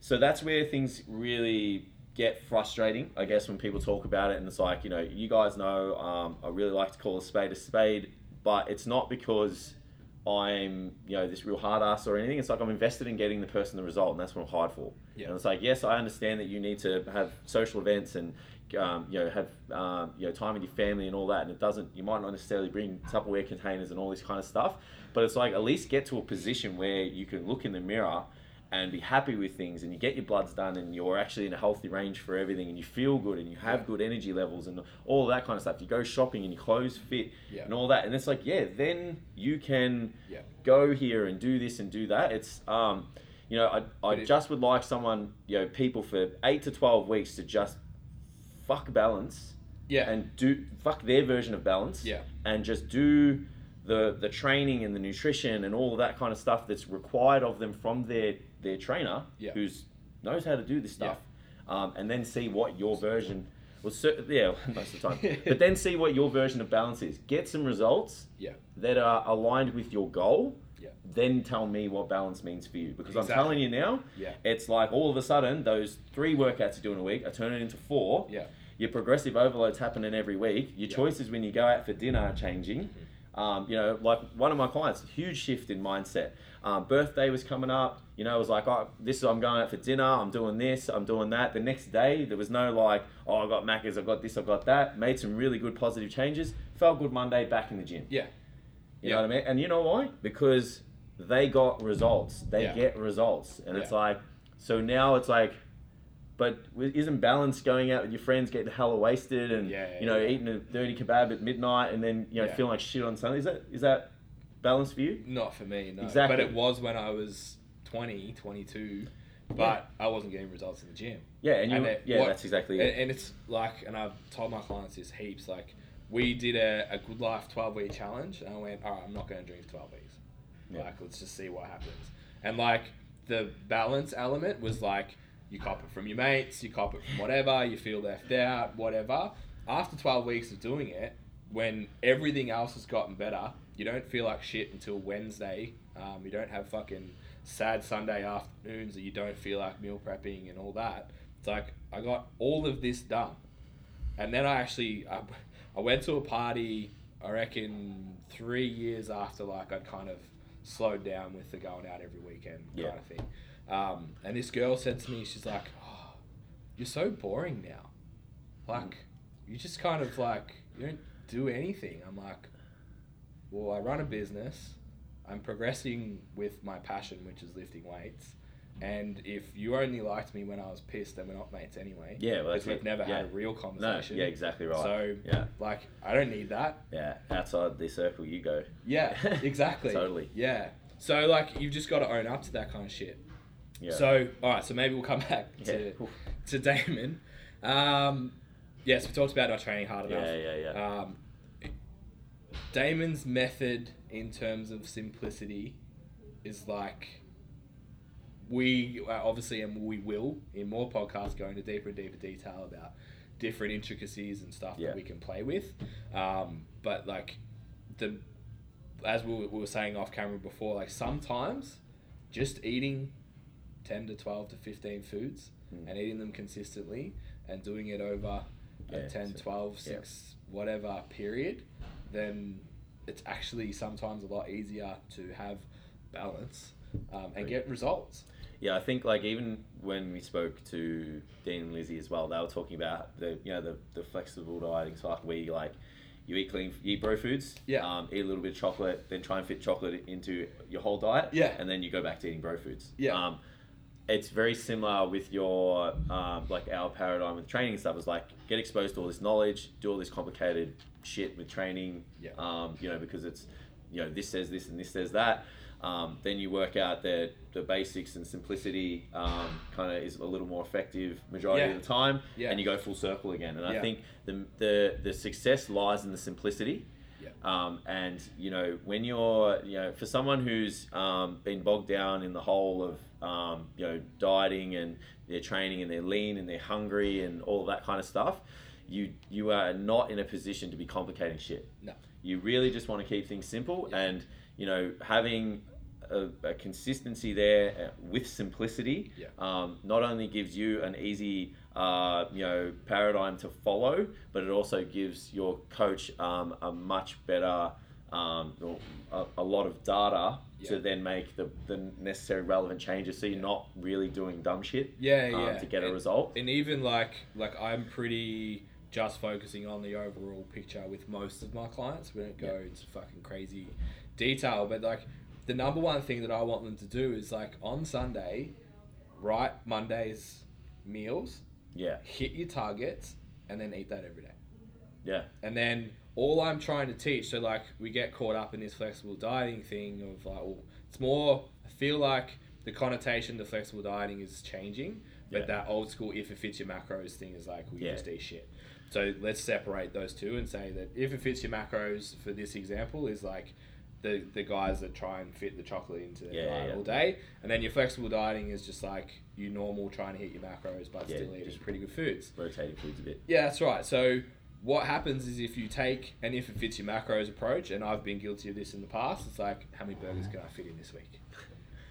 Speaker 2: So that's where things really get frustrating, I guess, when people talk about it. And it's like, you know, you guys know, um, I really like to call a spade a spade, but it's not because I'm, you know, this real hard ass or anything. It's like I'm invested in getting the person the result, and that's what I'm hired for.
Speaker 1: Yeah.
Speaker 2: And it's like, yes, I understand that you need to have social events and, um, you know, have, um, you know, time with your family and all that. And it doesn't, you might not necessarily bring Tupperware containers and all this kind of stuff. But it's like, at least get to a position where you can look in the mirror and be happy with things and you get your bloods done and you're actually in a healthy range for everything and you feel good and you have good energy levels and all that kind of stuff. You go shopping and your clothes fit
Speaker 1: Yeah.
Speaker 2: and all that. And it's like, yeah, then you can
Speaker 1: Yeah.
Speaker 2: go here and do this and do that. It's, um, you know, I, I
Speaker 1: But it-
Speaker 2: just would like someone, you know, people for eight to 12 weeks to just fuck balance
Speaker 1: Yeah.
Speaker 2: and do fuck their version of balance
Speaker 1: Yeah.
Speaker 2: and just do the the training and the nutrition and all of that kind of stuff that's required of them from their their trainer
Speaker 1: Yeah.
Speaker 2: who's knows how to do this stuff um, and then see what your version well cer yeah most of the time but then see what your version of balance is get some results
Speaker 1: yeah.
Speaker 2: that are aligned with your goal
Speaker 1: Yeah.
Speaker 2: then tell me what balance means for you because
Speaker 1: Exactly.
Speaker 2: i'm telling you now
Speaker 1: Yeah.
Speaker 2: it's like all of a sudden those three workouts you're doing a week are turning into four
Speaker 1: Yeah.
Speaker 2: your progressive overload's happening every week. Your
Speaker 1: Yeah.
Speaker 2: choices when you go out for dinner are changing. Um, you know, like one of my clients, huge shift in mindset. Um, birthday was coming up. You know, it was like, oh, this is I'm going out for dinner. I'm doing this. I'm doing that. The next day, there was no like, oh, I got Macca's. I got this. I got that. Made some really good positive changes. Felt good Monday. Back in the gym.
Speaker 1: Yeah.
Speaker 2: You
Speaker 1: Yeah.
Speaker 2: know what I mean? And you know why? Because they got results. They
Speaker 1: Yeah.
Speaker 2: get results. And it's
Speaker 1: Yeah.
Speaker 2: like, so now it's like, but wi- isn't balance going out with your friends, getting hella wasted, and
Speaker 1: Yeah, yeah,
Speaker 2: you know
Speaker 1: yeah.
Speaker 2: eating a dirty kebab at midnight, and then you know
Speaker 1: Yeah.
Speaker 2: feeling like shit on Sunday? Is that is that balance for you?
Speaker 1: Not for me, no.
Speaker 2: Exactly.
Speaker 1: But it was when I was 20, 22, but I wasn't getting results in the gym.
Speaker 2: Yeah, and you
Speaker 1: it-
Speaker 2: yeah,
Speaker 1: what-
Speaker 2: that's exactly
Speaker 1: and,
Speaker 2: it.
Speaker 1: and it's like, and I've told my clients this heaps. Like, we did a, a good life twelve week challenge, and I went, all right, I'm not going to drink for twelve weeks.
Speaker 2: Yeah.
Speaker 1: Like, let's just see what happens. And like, the balance element was like, you cop it from your mates, you cop it from whatever, you feel left out, whatever. After twelve weeks of doing it, when everything else has gotten better, you don't feel like shit until Wednesday. Um, you don't have fucking sad Sunday afternoons that you don't feel like meal prepping and all that. It's like I got all of this done, and then I actually I, I went to a party. I reckon three years after, like I'd kind of slowed down with the going out every weekend
Speaker 2: Yeah.
Speaker 1: kind of thing. Um, and this girl said to me, she's like, oh, "You're so boring now. Like, you just kind of like you don't do anything." I'm like, "Well, I run a business. I'm progressing with my passion, which is lifting weights." And if you only liked me when I was pissed, then we're not mates anyway.
Speaker 2: Yeah, well, that's
Speaker 1: because we've
Speaker 2: it.
Speaker 1: never
Speaker 2: yeah.
Speaker 1: had a real
Speaker 2: No,
Speaker 1: conversation.
Speaker 2: yeah, exactly right.
Speaker 1: So,
Speaker 2: yeah,
Speaker 1: like, I don't need that.
Speaker 2: yeah. Outside the circle, you go.
Speaker 1: Yeah, exactly.
Speaker 2: Totally.
Speaker 1: Yeah. So like you've just got to own up to that kind of shit.
Speaker 2: Yeah.
Speaker 1: So all right, so maybe we'll come back
Speaker 2: yeah.
Speaker 1: to
Speaker 2: Oof.
Speaker 1: to Damon. Um, yes, we talked about not training hard enough.
Speaker 2: yeah, yeah, yeah.
Speaker 1: Um, Damon's method in terms of simplicity is like we uh, obviously and we will in more podcasts go into deeper and deeper detail about different intricacies and stuff
Speaker 2: Yeah.
Speaker 1: that we can play with. Um, but like the as we were, we were saying off camera before, like sometimes just eating ten to twelve to fifteen foods
Speaker 2: Mm.
Speaker 1: and eating them consistently and doing it over
Speaker 2: Yeah,
Speaker 1: a 10,
Speaker 2: so-
Speaker 1: 12,
Speaker 2: yeah.
Speaker 1: 6, whatever period, then it's actually sometimes a lot easier to have balance um, and get results.
Speaker 2: Yeah, I think like even when we spoke to Dean and Lizzie as well, they were talking about the you know the, the flexible dieting cycle where you like you eat clean, you eat bro foods,
Speaker 1: Yeah.
Speaker 2: um, eat a little bit of chocolate, then try and fit chocolate into your whole diet,
Speaker 1: Yeah.
Speaker 2: and then you go back to eating bro foods,
Speaker 1: Yeah.
Speaker 2: Um, it's very similar with your um, like our paradigm with training and stuff is like get exposed to all this knowledge, do all this complicated shit with training,
Speaker 1: Yeah.
Speaker 2: um, you know because it's you know this says this and this says that. Um, then you work out that the basics and simplicity um, kind of is a little more effective majority
Speaker 1: Yeah.
Speaker 2: of the time,
Speaker 1: Yeah.
Speaker 2: and you go full circle again. And I
Speaker 1: Yeah.
Speaker 2: think the, the the success lies in the simplicity.
Speaker 1: Yeah.
Speaker 2: Um, and you know when you're you know for someone who's um, been bogged down in the whole of um, you know dieting and their training and they're lean and they're hungry and all that kind of stuff, you you are not in a position to be complicating shit.
Speaker 1: No.
Speaker 2: You really just want to keep things simple
Speaker 1: Yeah.
Speaker 2: and, you know, having a, a consistency there uh, with simplicity
Speaker 1: Yeah.
Speaker 2: um, not only gives you an easy, uh, you know, paradigm to follow, but it also gives your coach um, a much better, um, or a, a lot of data
Speaker 1: Yeah.
Speaker 2: to then make the, the necessary relevant changes so you're not really doing dumb shit
Speaker 1: Yeah,
Speaker 2: um,
Speaker 1: yeah.
Speaker 2: to get a
Speaker 1: And-
Speaker 2: result.
Speaker 1: And even like like I'm pretty just focusing on the overall picture with most of my clients. We don't go into fucking crazy detail, but like the number one thing that I want them to do is like on Sunday, write Monday's meals,
Speaker 2: yeah,
Speaker 1: hit your targets, and then eat that every day.
Speaker 2: yeah,
Speaker 1: And then all I'm trying to teach, so like we get caught up in this flexible dieting thing of like, well, it's more, I feel like the connotation to flexible dieting is changing, but
Speaker 2: Yeah.
Speaker 1: that old school, if it fits your macros thing is like, we
Speaker 2: Yeah.
Speaker 1: just eat shit. So let's separate those two and say that if it fits your macros for this example is like the, the guys that try and fit the chocolate into their
Speaker 2: Yeah,
Speaker 1: diet
Speaker 2: yeah,
Speaker 1: all day. And then your flexible dieting is just like you normal trying to hit your macros, but
Speaker 2: Yeah,
Speaker 1: still eating
Speaker 2: just-
Speaker 1: pretty good foods.
Speaker 2: rotating foods a bit.
Speaker 1: Yeah, that's right. So what happens is if you take and if it fits your macros approach, and I've been guilty of this in the past, it's like how many burgers can I fit in this week?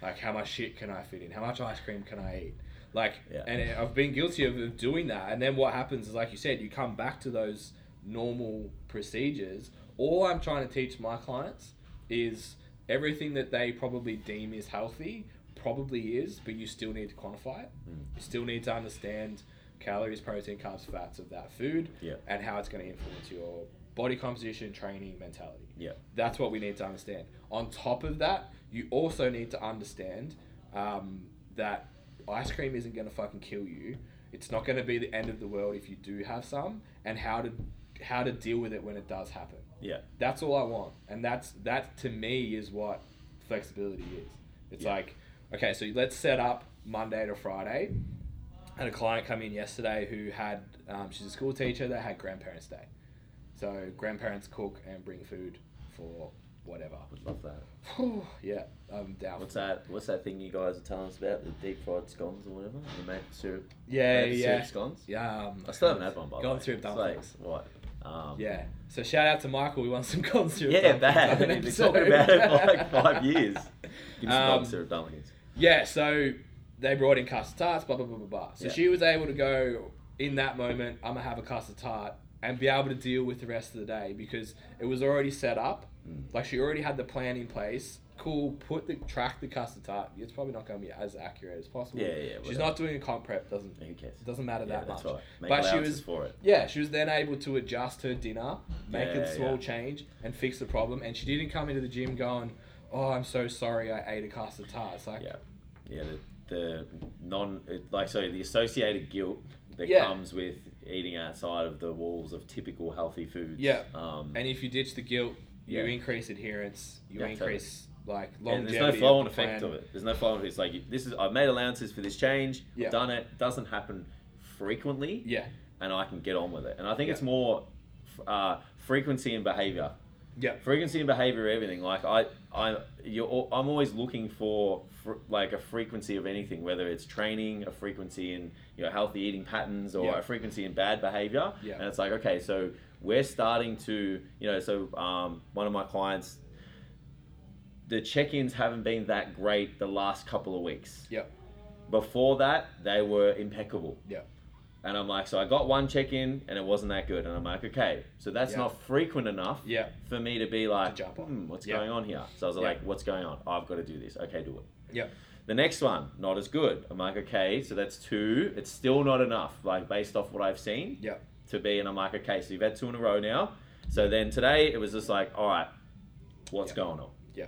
Speaker 1: Like how much shit can I fit in? How much ice cream can I eat? Like,
Speaker 2: Yeah.
Speaker 1: and I've been guilty of, of doing that. And then what happens is, like you said, you come back to those normal procedures. All I'm trying to teach my clients is everything that they probably deem is healthy probably is, but you still need to quantify it.
Speaker 2: Hmm.
Speaker 1: You still need to understand calories, protein, carbs, fats of that food
Speaker 2: Yeah.
Speaker 1: and how it's going to influence your body composition, training, mentality.
Speaker 2: Yeah.
Speaker 1: That's what we need to understand. On top of that, you also need to understand um, that ice cream isn't going to fucking kill you. It's not going to be the end of the world if you do have some, and how to how to deal with it when it does happen.
Speaker 2: Yeah.
Speaker 1: That's all I want, and that's that to me is what flexibility is. It's
Speaker 2: Yeah.
Speaker 1: like, okay, so let's set up Monday to Friday. I had a client come in yesterday who had um, she's a school teacher that had grandparents' day, so grandparents cook and bring food for whatever.
Speaker 2: Would love that.
Speaker 1: yeah, I'm down.
Speaker 2: What's
Speaker 1: for
Speaker 2: that? What's that thing you guys are telling us about? The deep fried scones or whatever? You make syrup.
Speaker 1: Yeah,
Speaker 2: make
Speaker 1: yeah,
Speaker 2: Syrup scones.
Speaker 1: yeah. Um,
Speaker 2: I still haven't had one by the way.
Speaker 1: Gone syrup
Speaker 2: It's like,
Speaker 1: dumplings.
Speaker 2: what? Um,
Speaker 1: Yeah. So shout out to Michael. We want some gone syrup.
Speaker 2: Yeah,
Speaker 1: dumplings
Speaker 2: bad.
Speaker 1: on an
Speaker 2: We've been talking
Speaker 1: episode.
Speaker 2: about it for like five years. Give me some
Speaker 1: Um,
Speaker 2: gone syrup dumplings.
Speaker 1: Yeah, so they brought in custard tarts, blah blah blah blah blah. So
Speaker 2: Yeah.
Speaker 1: she was able to go in that moment. I'm gonna have a custard tart and be able to deal with the rest of the day because it was already set up.
Speaker 2: Mm.
Speaker 1: Like she already had the plan in place. Cool. Put the track the custard tart. It's probably not gonna be as accurate as possible.
Speaker 2: Yeah, yeah,
Speaker 1: She's
Speaker 2: whatever.
Speaker 1: not doing a comp prep. Doesn't
Speaker 2: Who cares?
Speaker 1: it doesn't matter
Speaker 2: Yeah,
Speaker 1: that
Speaker 2: that's
Speaker 1: much.
Speaker 2: right. Make
Speaker 1: But she
Speaker 2: allowances
Speaker 1: was
Speaker 2: for it.
Speaker 1: yeah, she was then able to adjust her dinner, make
Speaker 2: Yeah,
Speaker 1: a small
Speaker 2: yeah.
Speaker 1: change, and fix the problem. And she didn't come into the gym going, "Oh, I'm so sorry, I ate a custard tart." It's like,
Speaker 2: Yeah, yeah. The, the non it- like so the associated guilt that
Speaker 1: Yeah.
Speaker 2: comes with eating outside of the walls of typical healthy foods.
Speaker 1: Yeah.
Speaker 2: Um,
Speaker 1: and if you ditch the guilt, you
Speaker 2: Yeah.
Speaker 1: increase adherence, you
Speaker 2: Yeah, totally.
Speaker 1: increase like
Speaker 2: and
Speaker 1: longevity.
Speaker 2: there's no flow on
Speaker 1: the plan.
Speaker 2: effect of it. There's no flow on. It's like this is I've made allowances for this change.
Speaker 1: Yeah.
Speaker 2: I've done it. Doesn't happen frequently.
Speaker 1: Yeah,
Speaker 2: And I can get on with it. And I think
Speaker 1: Yeah.
Speaker 2: it's more f- uh, frequency and behavior.
Speaker 1: yeah,
Speaker 2: frequency and behavior everything like i i you're al- i'm always looking for fr- like a frequency of anything whether it's training a frequency in you know healthy eating patterns or
Speaker 1: Yeah.
Speaker 2: a frequency in bad behavior
Speaker 1: Yeah.
Speaker 2: and it's like okay so we're starting to you know so um, one of my clients the check-ins haven't been that great the last couple of weeks
Speaker 1: yeah,
Speaker 2: before that they were impeccable
Speaker 1: yeah,
Speaker 2: and i'm like so i got one check-in and it wasn't that good and i'm like okay so that's
Speaker 1: Yeah.
Speaker 2: not frequent enough
Speaker 1: yeah,
Speaker 2: for me to be like,
Speaker 1: jump on.
Speaker 2: "Hmm, what's
Speaker 1: Yeah.
Speaker 2: going on here? So I was
Speaker 1: Yeah.
Speaker 2: like, what's going on? I've got to do this. Okay, do it.
Speaker 1: yeah,
Speaker 2: The next one, not as good. I'm like, okay, so that's two. It's still not enough, like based off what I've seen
Speaker 1: yeah,
Speaker 2: to be. And I'm like, okay, so you've had two in a row now. So then today it was just like, all right, what's
Speaker 1: Yeah.
Speaker 2: going on?
Speaker 1: yeah,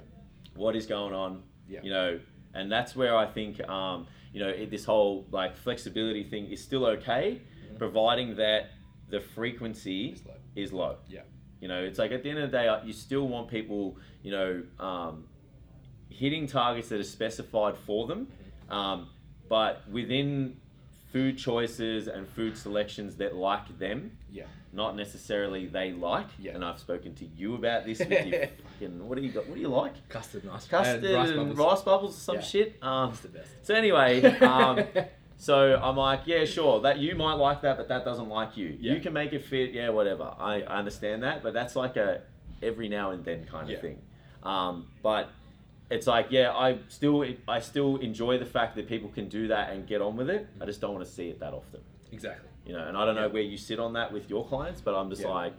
Speaker 2: What is going on?
Speaker 1: Yeah.
Speaker 2: You know, and that's where I think, um, you know, it, this whole like flexibility thing is still okay, providing that the frequency
Speaker 1: It's Mm-hmm. low.
Speaker 2: is low.
Speaker 1: yeah,
Speaker 2: You know, it's like at the end of the day, uh, you still want people, you know, um, hitting targets that are specified for them,
Speaker 1: Mm-hmm.
Speaker 2: um, but within food choices and food selections that like them,
Speaker 1: yeah.
Speaker 2: not necessarily they like.
Speaker 1: Yeah.
Speaker 2: And I've spoken to you about this. With you fucking, what do you got? What do you like?
Speaker 1: Custard, nice
Speaker 2: Custard
Speaker 1: rice
Speaker 2: and
Speaker 1: bubbles.
Speaker 2: rice bubbles or some
Speaker 1: Yeah.
Speaker 2: shit. Um,
Speaker 1: It's the best.
Speaker 2: so anyway, um, so I'm like, yeah, sure. That you might like that, but that doesn't like you.
Speaker 1: Yeah.
Speaker 2: You can make it fit, yeah, whatever. I, I understand that, but that's like a every now and then kind of
Speaker 1: Yeah.
Speaker 2: thing. Um, but it's like, yeah, I still I still enjoy the fact that people can do that and get on with it. I just don't want to see it that often,
Speaker 1: exactly.
Speaker 2: you know. And I don't know
Speaker 1: Yeah.
Speaker 2: where you sit on that with your clients, but I'm just
Speaker 1: Yeah.
Speaker 2: like,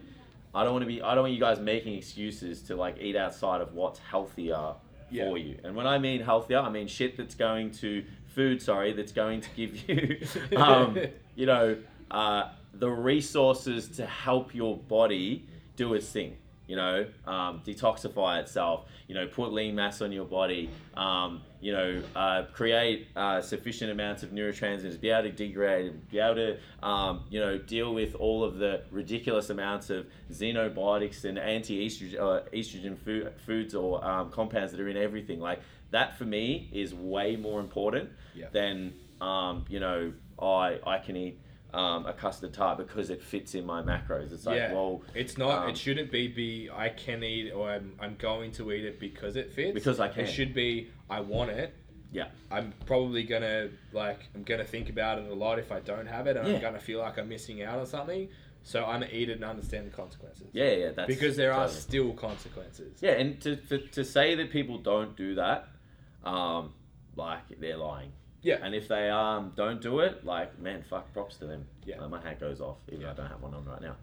Speaker 2: I don't want to be. I don't want you guys making excuses to like eat outside of what's healthier
Speaker 1: Yeah.
Speaker 2: for you. And when I mean healthier, I mean shit that's going to food, sorry, that's going to give you, um, you know, uh, the resources to help your body do its thing. You know, um, detoxify itself. You know, put lean mass on your body. Um, you know, uh, create uh, sufficient amounts of neurotransmitters. Be able to degrade. Be able to, um, you know, deal with all of the ridiculous amounts of xenobiotics and anti-estrogen uh, estrogen foo- foods or um, compounds that are in everything. Like that for me is way more important
Speaker 1: Yeah.
Speaker 2: than um, you know I I can eat um, a custard tart because it fits in my macros. It's like well
Speaker 1: it's not.
Speaker 2: um,
Speaker 1: it shouldn't be. Be I can eat, or I'm, I'm going to eat it because it fits.
Speaker 2: Because I can.
Speaker 1: It should be. I want it.
Speaker 2: yeah
Speaker 1: I'm probably gonna like. I'm gonna think about it a lot if I don't have it, and
Speaker 2: Yeah.
Speaker 1: I'm gonna feel like I'm missing out on something. So I'm gonna eat it and understand the consequences.
Speaker 2: yeah yeah that's
Speaker 1: Because there are
Speaker 2: totally.
Speaker 1: still consequences.
Speaker 2: yeah and to, to to say that people don't do that um, like they're lying.
Speaker 1: Yeah.
Speaker 2: And if they um, don't do it, like man, fuck, props to them.
Speaker 1: Yeah.
Speaker 2: Like, my hat goes off, even though
Speaker 1: Yeah.
Speaker 2: I don't have one on right now.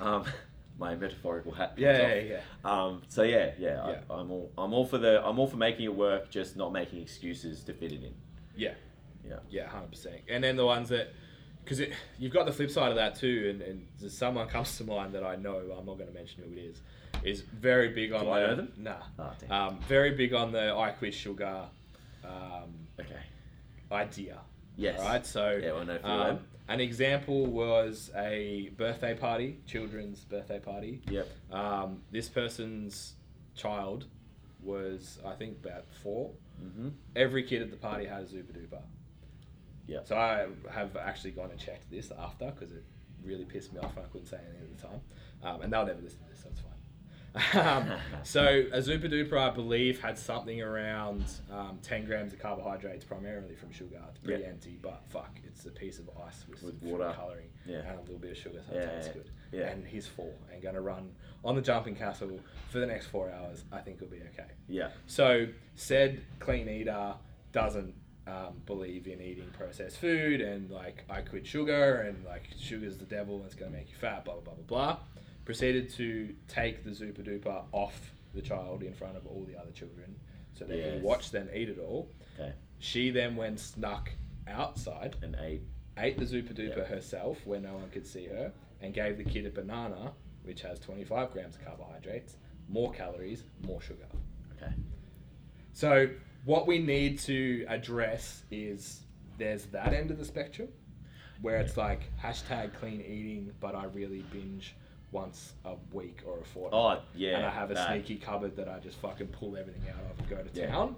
Speaker 2: Um, my metaphorical hat.
Speaker 1: Yeah,
Speaker 2: comes off.
Speaker 1: yeah, yeah.
Speaker 2: Um, so yeah, yeah,
Speaker 1: Yeah.
Speaker 2: I, I'm all I'm all for the I'm all for making it work, just not making excuses to fit it in.
Speaker 1: Yeah.
Speaker 2: Yeah.
Speaker 1: Yeah, hundred percent. And then the ones that, because you've got the flip side of that too, and, and there's someone comes to mind that I know. I'm not going to mention who it is. Is very big on.
Speaker 2: Do I
Speaker 1: the-
Speaker 2: know them?
Speaker 1: Nah.
Speaker 2: Oh, damn.
Speaker 1: Um, very big on the I quit sugar, um,
Speaker 2: Okay.
Speaker 1: idea.
Speaker 2: Yes.
Speaker 1: All right. So
Speaker 2: Yeah, well, no, if you
Speaker 1: um,
Speaker 2: were.
Speaker 1: an example was a birthday party, children's birthday party.
Speaker 2: Yep.
Speaker 1: Um, this person's child was, I think, about four.
Speaker 2: Mm-hmm.
Speaker 1: Every kid at the party had a Zuba Duper.
Speaker 2: Yeah.
Speaker 1: So I have actually gone and checked this after because it really pissed me off and I couldn't say anything at the time. Um, and they'll never listen to this, so it's fine. um, so a Zupa Duper, I believe, had something around um, 10 grams of carbohydrates, primarily from sugar. It's pretty
Speaker 2: Yeah.
Speaker 1: empty, but fuck, it's a piece of ice with,
Speaker 2: With
Speaker 1: some
Speaker 2: water.
Speaker 1: colouring
Speaker 2: Yeah.
Speaker 1: and a little bit of sugar. So
Speaker 2: Yeah,
Speaker 1: yeah, it's
Speaker 2: yeah,
Speaker 1: good.
Speaker 2: yeah.
Speaker 1: And he's four and going to run on the jumping castle for the next four hours. I think he'll be okay.
Speaker 2: Yeah.
Speaker 1: So said clean eater doesn't um, believe in eating processed food and like I quit sugar and like sugar's the devil and it's gonna make you fat, blah blah blah blah blah. Proceeded to take the Zupa Duper off the child in front of all the other children so they can
Speaker 2: Yes.
Speaker 1: watch them eat it all.
Speaker 2: Okay.
Speaker 1: She then went snuck outside,
Speaker 2: An eight.
Speaker 1: ate the Zupa Duper
Speaker 2: Yep.
Speaker 1: herself where no one could see her, and gave the kid a banana which has 25 grams of carbohydrates, more calories, more sugar.
Speaker 2: Okay.
Speaker 1: So what we need to address is there's that end of the spectrum where it's like hashtag clean eating, but I really binge once a week or a fortnight.
Speaker 2: Oh, yeah,
Speaker 1: And I have a
Speaker 2: that.
Speaker 1: sneaky cupboard that I just fucking pull everything out of and go to
Speaker 2: Yeah.
Speaker 1: town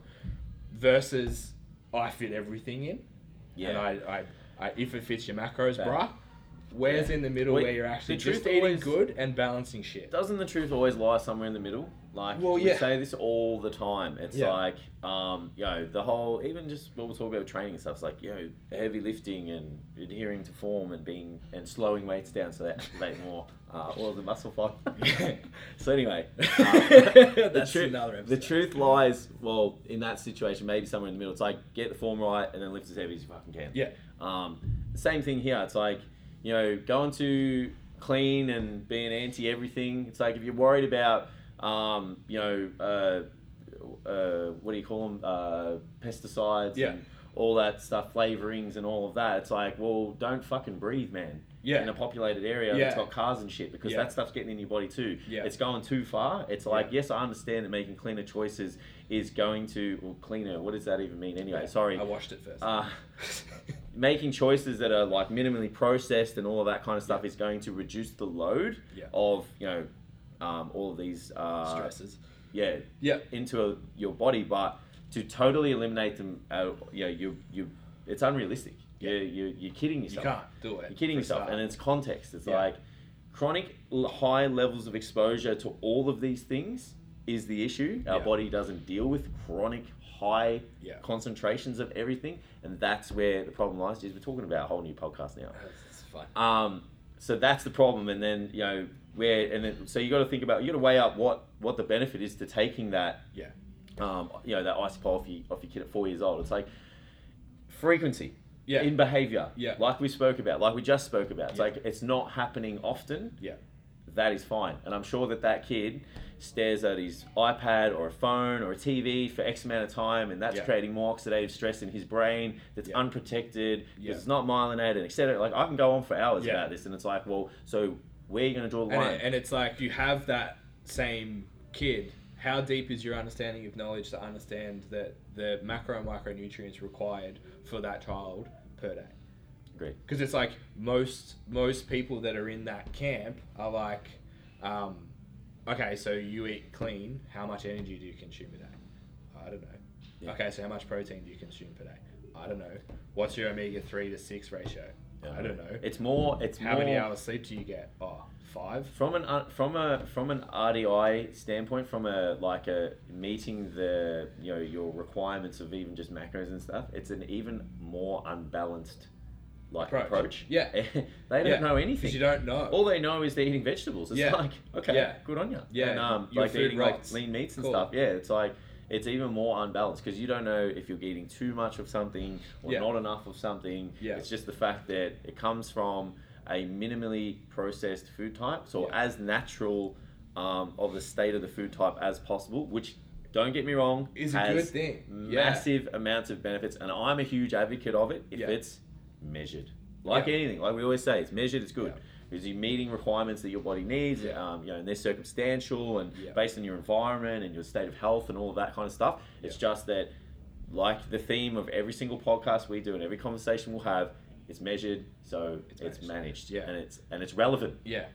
Speaker 1: versus I fit everything in.
Speaker 2: Yeah.
Speaker 1: And I, I, I if it fits your macros,
Speaker 2: That.
Speaker 1: bruh, where's
Speaker 2: Yeah.
Speaker 1: in the middle
Speaker 2: Wait,
Speaker 1: where you're actually
Speaker 2: the
Speaker 1: just
Speaker 2: truth
Speaker 1: eating
Speaker 2: always-
Speaker 1: good and balancing shit?
Speaker 2: Doesn't the truth always lie somewhere in the middle? Like
Speaker 1: Well,
Speaker 2: we
Speaker 1: yeah.
Speaker 2: say this all the time. It's
Speaker 1: Yeah.
Speaker 2: like, um, you know, the whole even just when we talk about training and stuff, it's like, you know, heavy lifting and adhering to form and being and slowing weights down so they activate more uh, all the muscle fiber. so anyway, um, the,
Speaker 1: That's
Speaker 2: tru-
Speaker 1: another
Speaker 2: the
Speaker 1: episode.
Speaker 2: truth lies well in that situation, maybe somewhere in the middle. It's like get the form right and then lift as heavy as you fucking can.
Speaker 1: Yeah.
Speaker 2: Um, the same thing here. It's like, you know, going to clean and being anti everything. It's like if you're worried about, um, you know, uh, uh, what do you call them? Uh, pesticides
Speaker 1: Yeah.
Speaker 2: and all that stuff, flavorings and all of that. It's like, well, don't fucking breathe, man.
Speaker 1: Yeah.
Speaker 2: In a populated area
Speaker 1: Yeah.
Speaker 2: that's got cars and shit because
Speaker 1: Yeah.
Speaker 2: that stuff's getting in your body too.
Speaker 1: Yeah.
Speaker 2: It's going too far. It's like,
Speaker 1: Yeah.
Speaker 2: yes, I understand that making cleaner choices is going to, or cleaner, what does that even mean anyway? Sorry.
Speaker 1: I washed it first.
Speaker 2: Uh, making choices that are like minimally processed and all of that kind of stuff is going to reduce the load
Speaker 1: Yeah.
Speaker 2: of you know um, all of these uh,
Speaker 1: Stresses.
Speaker 2: yeah
Speaker 1: Yeah.
Speaker 2: into a, your body, but to totally eliminate them, uh, you know, you you it's unrealistic.
Speaker 1: Yeah.
Speaker 2: You're, you're, you're kidding
Speaker 1: You
Speaker 2: yourself.
Speaker 1: can't do it.
Speaker 2: You're kidding
Speaker 1: for a
Speaker 2: yourself,
Speaker 1: start.
Speaker 2: and it's context. It's
Speaker 1: Yeah.
Speaker 2: like chronic l- high levels of exposure to all of these things is the issue. Our
Speaker 1: Yeah.
Speaker 2: body doesn't deal with chronic high
Speaker 1: Yeah.
Speaker 2: concentrations of everything, and that's where the problem lies. Jeez, we're talking about a whole new podcast now.
Speaker 1: It's fine.
Speaker 2: Um, so that's the problem, and then you know where, and then so you got to think about you got to weigh up what what the benefit is to taking that
Speaker 1: Yeah.
Speaker 2: um, you know, that ice pole off your, off your kid at four years old. It's like frequency
Speaker 1: Yeah.
Speaker 2: in behavior,
Speaker 1: Yeah.
Speaker 2: like we spoke about, like we just spoke about. It's
Speaker 1: Yeah.
Speaker 2: like it's not happening often.
Speaker 1: yeah.
Speaker 2: That is fine, and I'm sure that that kid stares at his iPad or a phone or a TV for X amount of time, and that's
Speaker 1: Yeah.
Speaker 2: creating more oxidative stress in his brain that's
Speaker 1: Yeah.
Speaker 2: unprotected because
Speaker 1: Yeah.
Speaker 2: it's not myelinated, etc. Like I can go on for hours
Speaker 1: Yeah.
Speaker 2: about this, and it's like, well, so where are you going to draw the
Speaker 1: And,
Speaker 2: line?
Speaker 1: it, and it's like you have that same kid. How deep is your understanding of knowledge to understand that the macro and micronutrients required for that child per day?
Speaker 2: Agreed.
Speaker 1: because it's like most most people that are in that camp are like, um, okay, so you eat clean. How much energy do you consume a day? I don't know.
Speaker 2: Yeah.
Speaker 1: Okay, so how much protein do you consume per day? I don't know. What's your omega three to six ratio? I don't know.
Speaker 2: It's more. It's
Speaker 1: how many
Speaker 2: more-
Speaker 1: hours sleep do you get? Oh, five.
Speaker 2: From an uh, from a from an RDI standpoint, from a like a meeting the you know your requirements of even just macros and stuff, it's an even more unbalanced like approach.
Speaker 1: Approach. Yeah.
Speaker 2: they don't
Speaker 1: Yeah.
Speaker 2: know
Speaker 1: Because
Speaker 2: anything.
Speaker 1: you don't know.
Speaker 2: All they know is they're eating vegetables. It's
Speaker 1: Yeah.
Speaker 2: like okay,
Speaker 1: Yeah.
Speaker 2: good on you.
Speaker 1: Yeah.
Speaker 2: and, um,
Speaker 1: Your
Speaker 2: like they're
Speaker 1: food
Speaker 2: eating like,
Speaker 1: rights.
Speaker 2: lean meats and
Speaker 1: Cool.
Speaker 2: stuff. Yeah, it's like it's even more unbalanced because you don't know if you're eating too much of something or
Speaker 1: Yeah.
Speaker 2: not enough of something.
Speaker 1: Yeah.
Speaker 2: It's just the fact that it comes from a minimally processed food type, so
Speaker 1: Yeah.
Speaker 2: as natural um, of the state of the food type as possible, which don't get me wrong,
Speaker 1: Is a good thing. Yeah.
Speaker 2: Massive amounts of benefits, and I'm a huge advocate of it if
Speaker 1: Yeah.
Speaker 2: it's measured. Like
Speaker 1: Yeah.
Speaker 2: anything, like we always say, it's measured, it's good.
Speaker 1: Yeah.
Speaker 2: Because you're meeting requirements that your body needs,
Speaker 1: Yeah.
Speaker 2: um, you know, and they're circumstantial and
Speaker 1: Yeah.
Speaker 2: based on your environment and your state of health and all of that kind of stuff. It's
Speaker 1: Yeah.
Speaker 2: just that, like the theme of every single podcast we do and every conversation we'll have, it's measured, so it's,
Speaker 1: It's managed.
Speaker 2: managed,
Speaker 1: Yeah.
Speaker 2: and it's and it's relevant.
Speaker 1: Yeah.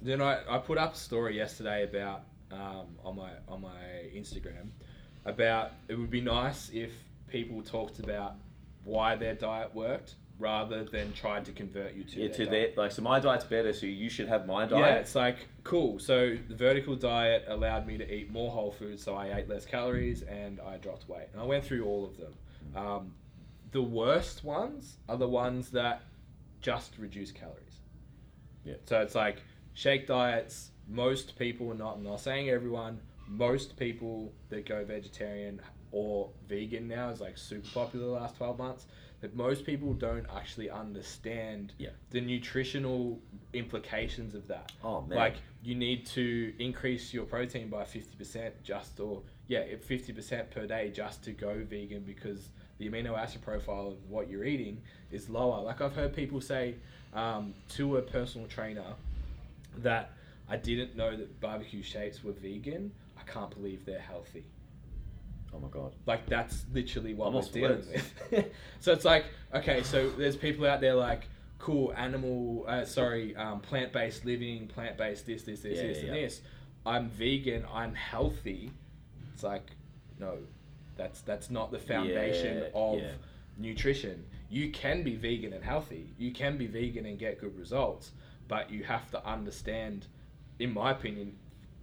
Speaker 1: Then I, I put up a story yesterday about um, on my on my Instagram about it would be nice if people talked about why their diet worked rather than tried to convert you to
Speaker 2: Yeah,
Speaker 1: their
Speaker 2: to
Speaker 1: diet.
Speaker 2: their, like, so my diet's better, so you should have my
Speaker 1: Yeah,
Speaker 2: diet.
Speaker 1: it's like cool. So the vertical diet allowed me to eat more whole foods, so I ate less calories and I dropped weight. And I went through all of them. Um, the worst ones are the ones that just reduce calories.
Speaker 2: Yeah.
Speaker 1: So it's like shake diets. Most people, not I'm not saying everyone, most people that go vegetarian or vegan now is like super popular the last 12 months that most people don't actually understand
Speaker 2: Yeah.
Speaker 1: the nutritional implications of that
Speaker 2: Oh man.
Speaker 1: like you need to increase your protein by 50% just or yeah if 50% per day just to go vegan because the amino acid profile of what you're eating is lower like i've heard people say um, to a personal trainer that i didn't know that barbecue shapes were vegan i can't believe they're healthy
Speaker 2: oh my god.
Speaker 1: like that's literally what
Speaker 2: Almost
Speaker 1: we're dealing
Speaker 2: words.
Speaker 1: with. so it's like, okay, so there's people out there like, cool animal, uh, sorry, um, plant based living, plant based this, this, this,
Speaker 2: Yeah,
Speaker 1: this,
Speaker 2: yeah,
Speaker 1: and
Speaker 2: yeah.
Speaker 1: this. I'm vegan. I'm healthy. It's like, no, that's that's not the foundation
Speaker 2: Yeah,
Speaker 1: of
Speaker 2: yeah.
Speaker 1: nutrition. You can be vegan and healthy. You can be vegan and get good results, but you have to understand, in my opinion,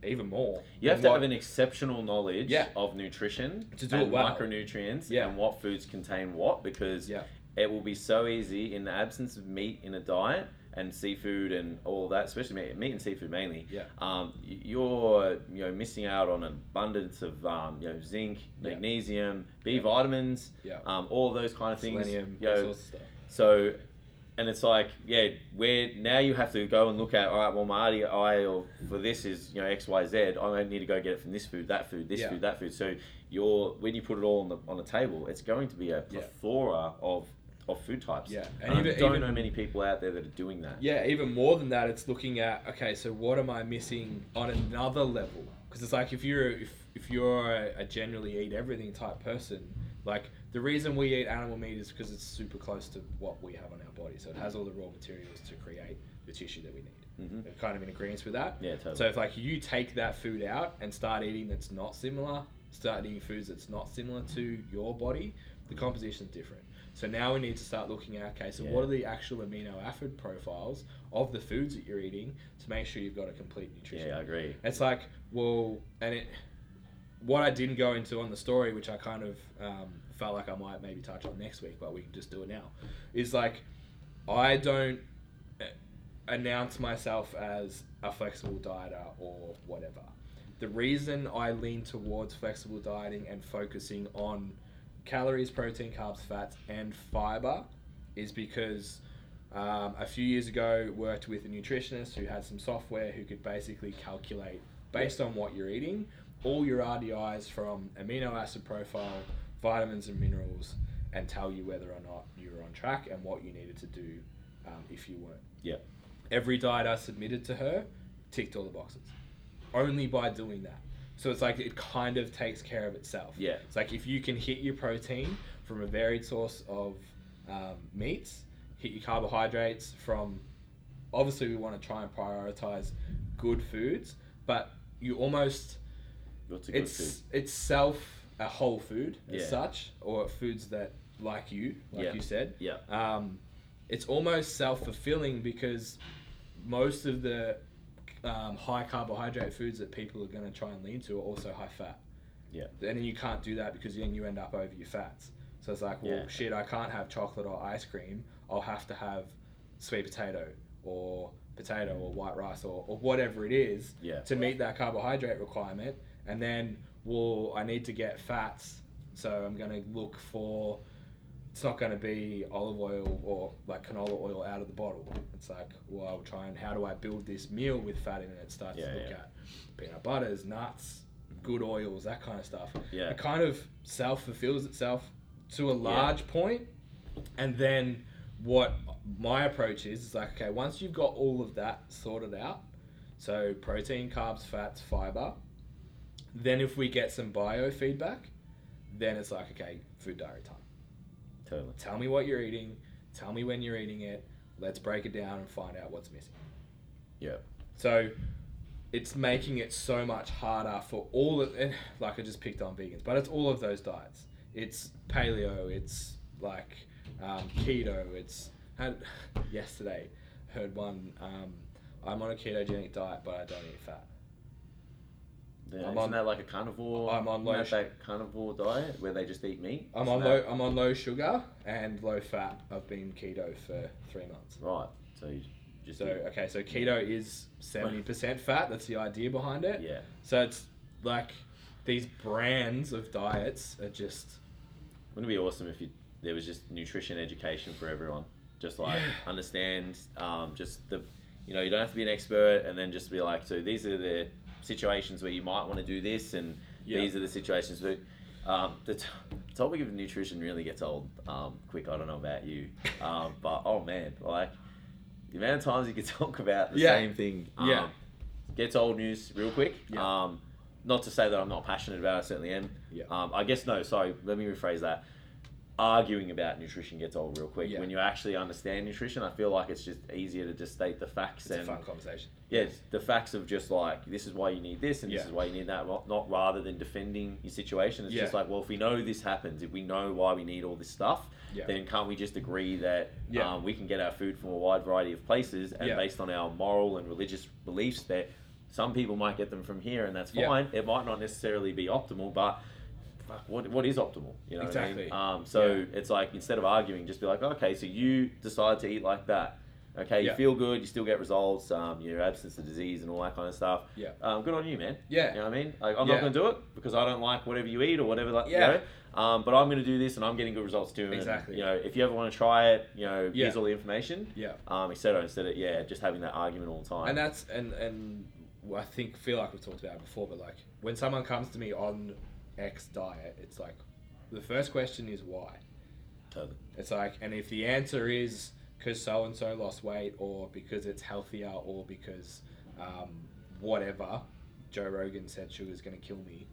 Speaker 1: even more.
Speaker 2: You have
Speaker 1: than
Speaker 2: to
Speaker 1: what-
Speaker 2: have an exceptional knowledge
Speaker 1: Yeah.
Speaker 2: of nutrition
Speaker 1: To do
Speaker 2: and
Speaker 1: it well.
Speaker 2: micronutrients
Speaker 1: Yeah.
Speaker 2: and what foods contain what because
Speaker 1: Yeah.
Speaker 2: it will be so easy in the absence of meat in a diet and seafood and all that, especially meat, meat and seafood mainly.
Speaker 1: Yeah.
Speaker 2: Um, y- you're you know missing out on abundance of um, you know zinc,
Speaker 1: Yeah.
Speaker 2: magnesium, B
Speaker 1: Yeah.
Speaker 2: vitamins,
Speaker 1: Yeah.
Speaker 2: um, all those kind of things.
Speaker 1: selenium,
Speaker 2: you
Speaker 1: all
Speaker 2: know,
Speaker 1: sorts of stuff.
Speaker 2: so, and it's like, yeah, where now you have to go and look at, all right, well, my RDI or for this is you know X Y Z. I don't need to go get it from this food, that food, this
Speaker 1: Yeah.
Speaker 2: food, that food. So you're when you put it all on the on the table, it's going to be a
Speaker 1: Yeah.
Speaker 2: plethora of of food types.
Speaker 1: Yeah, and
Speaker 2: and, I
Speaker 1: even-
Speaker 2: don't
Speaker 1: even-
Speaker 2: know many people out there that are doing that.
Speaker 1: Yeah, even more than that, it's looking at okay, so what am I missing on another level? Because it's like if you're if, if you're a, a generally eat everything type person, like the reason we eat animal meat is because it's super close to what we have on our body, so it has all the raw materials to create the tissue that we need.
Speaker 2: Mhm.
Speaker 1: They're kind of in agreement with that.
Speaker 2: Yeah, totally.
Speaker 1: So if like you take that food out and start eating that's not similar, start eating foods that's not similar to your body, the composition's different. So now we need to start looking at okay, so what
Speaker 2: Yeah.
Speaker 1: are the actual amino acid profiles of the foods that you're eating to make sure you've got a complete nutrition.
Speaker 2: yeah, I agree.
Speaker 1: It's like well, and it what I didn't go into on the story, which I kind of um, felt like I might maybe touch on next week, but we can just do it now, is like I don't uh, announce myself as a flexible dieter or whatever. The reason I lean towards flexible dieting and focusing on calories, protein, carbs, fats, and fiber is because um, a few years ago worked with a nutritionist who had some software who could basically calculate based on what you're eating all your RDIs from amino acid profile, vitamins and minerals, and tell you whether or not you were on track and what you needed to do um, if you weren't.
Speaker 2: Yeah.
Speaker 1: Every diet I submitted to her ticked all the boxes, only by doing that. So it's like it kind of takes care of itself.
Speaker 2: Yeah.
Speaker 1: It's like if you can hit your protein from a varied source of um, meats, hit your carbohydrates from. Obviously, we want to try and prioritize good foods, but you almost
Speaker 2: What's a good
Speaker 1: it's
Speaker 2: food?
Speaker 1: itself a whole food as
Speaker 2: Yeah.
Speaker 1: such, or foods that like you, like
Speaker 2: Yeah.
Speaker 1: you said.
Speaker 2: Yeah.
Speaker 1: Um, it's almost self fulfilling because most of the um, high carbohydrate foods that people are going to try and lean to are also high fat.
Speaker 2: Yeah.
Speaker 1: And then you can't do that because then you end up over your fats. So it's like, well,
Speaker 2: Yeah.
Speaker 1: shit, I can't have chocolate or ice cream. I'll have to have sweet potato or potato or white rice or, or whatever it is
Speaker 2: Yeah.
Speaker 1: to meet that carbohydrate requirement. And then, well, I need to get fats. So I'm going to look for, it's not going to be olive oil or like canola oil out of the bottle. It's like, well, I'll try and how do I build this meal with fat in it? It starts
Speaker 2: Yeah,
Speaker 1: to look
Speaker 2: yeah.
Speaker 1: at peanut butters, nuts, good oils, that kind of stuff.
Speaker 2: Yeah.
Speaker 1: It kind of self fulfills itself to a large point. And then what my approach is is like, okay, once you've got all of that sorted out, so protein, carbs, fats, fiber, then if we get some biofeedback, then it's like, okay, food diary time.
Speaker 2: Totally.
Speaker 1: Tell me what you're eating, tell me when you're eating it, let's break it down and find out what's missing.
Speaker 2: Yeah.
Speaker 1: So it's making it so much harder for all of, and like I just picked on vegans, but it's all of those diets. It's paleo, it's like um, keto, it's had yesterday heard one um, I'm on a ketogenic diet but I don't eat fat.
Speaker 2: Yeah,
Speaker 1: I'm
Speaker 2: Isn't
Speaker 1: on-
Speaker 2: that like a carnivore?
Speaker 1: I'm on
Speaker 2: isn't that
Speaker 1: lotion.
Speaker 2: that carnivore diet where they just eat meat.
Speaker 1: I'm
Speaker 2: Isn't
Speaker 1: on
Speaker 2: that-
Speaker 1: low I'm on low sugar and low fat. I've been keto for three months.
Speaker 2: Right. So you just
Speaker 1: So okay, so keto is seventy percent fat, that's the idea behind it.
Speaker 2: yeah.
Speaker 1: So it's like these brands of diets are just
Speaker 2: Wouldn't it be awesome if you, there was just nutrition education for everyone? Just like
Speaker 1: Yeah.
Speaker 2: understand, um, just the, you know, you don't have to be an expert, and then just be like, so these are the situations where you might want to do this, and
Speaker 1: Yeah.
Speaker 2: these are the situations where. Um, the t- topic of nutrition really gets old um, quick. I don't know about you, um, but oh man, like the amount of times you can talk about the
Speaker 1: Yeah.
Speaker 2: same thing um,
Speaker 1: Yeah.
Speaker 2: gets old news real quick.
Speaker 1: Yeah.
Speaker 2: Um, not to say that I'm not passionate about it, I certainly am.
Speaker 1: Yeah.
Speaker 2: Um, I guess no. Sorry, let me rephrase that. Arguing about nutrition gets old real quick.
Speaker 1: Yeah.
Speaker 2: When you actually understand nutrition, I feel like it's just easier to just state the facts
Speaker 1: it's a
Speaker 2: and
Speaker 1: fun conversation.
Speaker 2: yeah, it's the facts of just like this is why you need this and
Speaker 1: Yeah.
Speaker 2: this is why you need that. ro- Not rather than defending your situation. It's just
Speaker 1: Yeah.
Speaker 2: like well, if we know this happens, if we know why we need all this stuff,
Speaker 1: Yeah.
Speaker 2: then can't we just agree that
Speaker 1: Yeah.
Speaker 2: um, we can get our food from a wide variety of places and
Speaker 1: Yeah.
Speaker 2: based on our moral and religious beliefs that some people might get them from here and that's
Speaker 1: Yeah.
Speaker 2: fine. It might not necessarily be optimal, but fuck, what, what is optimal? You know what I mean?
Speaker 1: Exactly.
Speaker 2: Um, so
Speaker 1: Yeah.
Speaker 2: it's like instead of arguing, just be like, okay, so you decide to eat like that. Okay, you
Speaker 1: Yeah.
Speaker 2: feel good, you still get results, um, your absence of disease and all that kind of stuff.
Speaker 1: Yeah.
Speaker 2: Um, good on you, man.
Speaker 1: Yeah.
Speaker 2: You know what I mean? Like, I'm
Speaker 1: Yeah.
Speaker 2: not going to do it because I don't like whatever you eat or whatever. Like,
Speaker 1: Yeah.
Speaker 2: You know? um, but I'm going to do this and I'm getting good results too. And,
Speaker 1: Exactly.
Speaker 2: You know, if you ever want to try it, you know,
Speaker 1: Yeah.
Speaker 2: here's all the information.
Speaker 1: Yeah.
Speaker 2: Um, et cetera. Instead of, yeah, just having that argument all the time.
Speaker 1: And that's and and I think feel like we've talked about it before, but like when someone comes to me on X diet, it's like the first question is why.
Speaker 2: Totally.
Speaker 1: It's like, and if the answer is because so and so lost weight, or because it's healthier, or because um, whatever, Joe Rogan said sugar's going to kill me.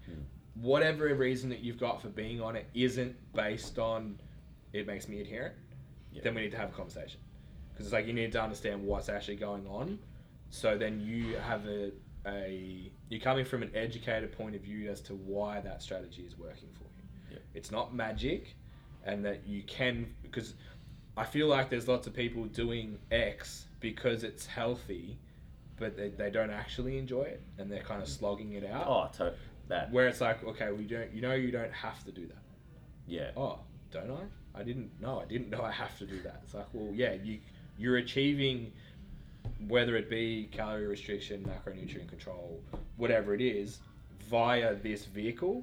Speaker 1: Whatever reason that you've got for being on it isn't based on it makes me adherent,
Speaker 2: Yeah.
Speaker 1: then we need to have a conversation. Because it's like you need to understand what's actually going on. So then you have a, a you're coming from an educated point of view as to why that strategy is working for you.
Speaker 2: Yeah.
Speaker 1: It's not magic, and that you can because I feel like there's lots of people doing X because it's healthy, but they, they don't actually enjoy it and they're kind of slogging it out.
Speaker 2: Oh, to- that.
Speaker 1: Where it's like, okay, we don't, you know, you don't have to do that
Speaker 2: Yeah.
Speaker 1: oh don't i i didn't know i didn't know i have to do that it's like well yeah you you're achieving whether it be calorie restriction macronutrient control whatever it is via this vehicle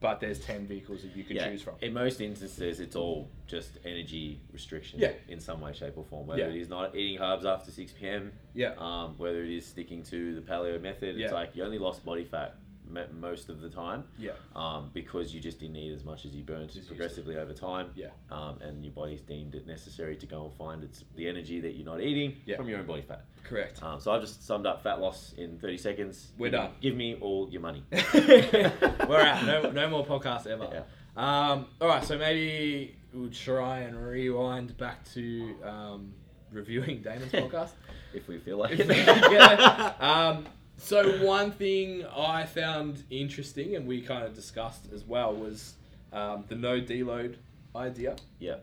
Speaker 1: but there's 10 vehicles that you could
Speaker 2: yeah.
Speaker 1: choose from
Speaker 2: In most instances, it's all just energy restriction.
Speaker 1: Yeah.
Speaker 2: In some way, shape, or form. Whether
Speaker 1: Yeah.
Speaker 2: it is not eating carbs after 6 p.m.,
Speaker 1: yeah
Speaker 2: um, whether it is sticking to the paleo method, it's
Speaker 1: Yeah.
Speaker 2: like you only lost body fat mo- most of the time
Speaker 1: yeah
Speaker 2: um, because you just didn't eat as much as you burned
Speaker 1: As you used to.
Speaker 2: progressively over time.
Speaker 1: Yeah.
Speaker 2: Um, and your body's deemed it necessary to go and find its the energy that you're not eating
Speaker 1: Yeah.
Speaker 2: from your own body fat.
Speaker 1: correct
Speaker 2: Um, so I've just summed up fat loss in 30 seconds.
Speaker 1: We're
Speaker 2: Give me-
Speaker 1: done.
Speaker 2: Give me all your money.
Speaker 1: we're out no, no more podcasts ever
Speaker 2: Yeah.
Speaker 1: Um, all right, so maybe we'll try and rewind back to um, reviewing Damon's podcast.
Speaker 2: If we feel like it.
Speaker 1: yeah. Um, so one thing I found interesting, and we kind of discussed as well, was um, the no deload idea.
Speaker 2: yeah.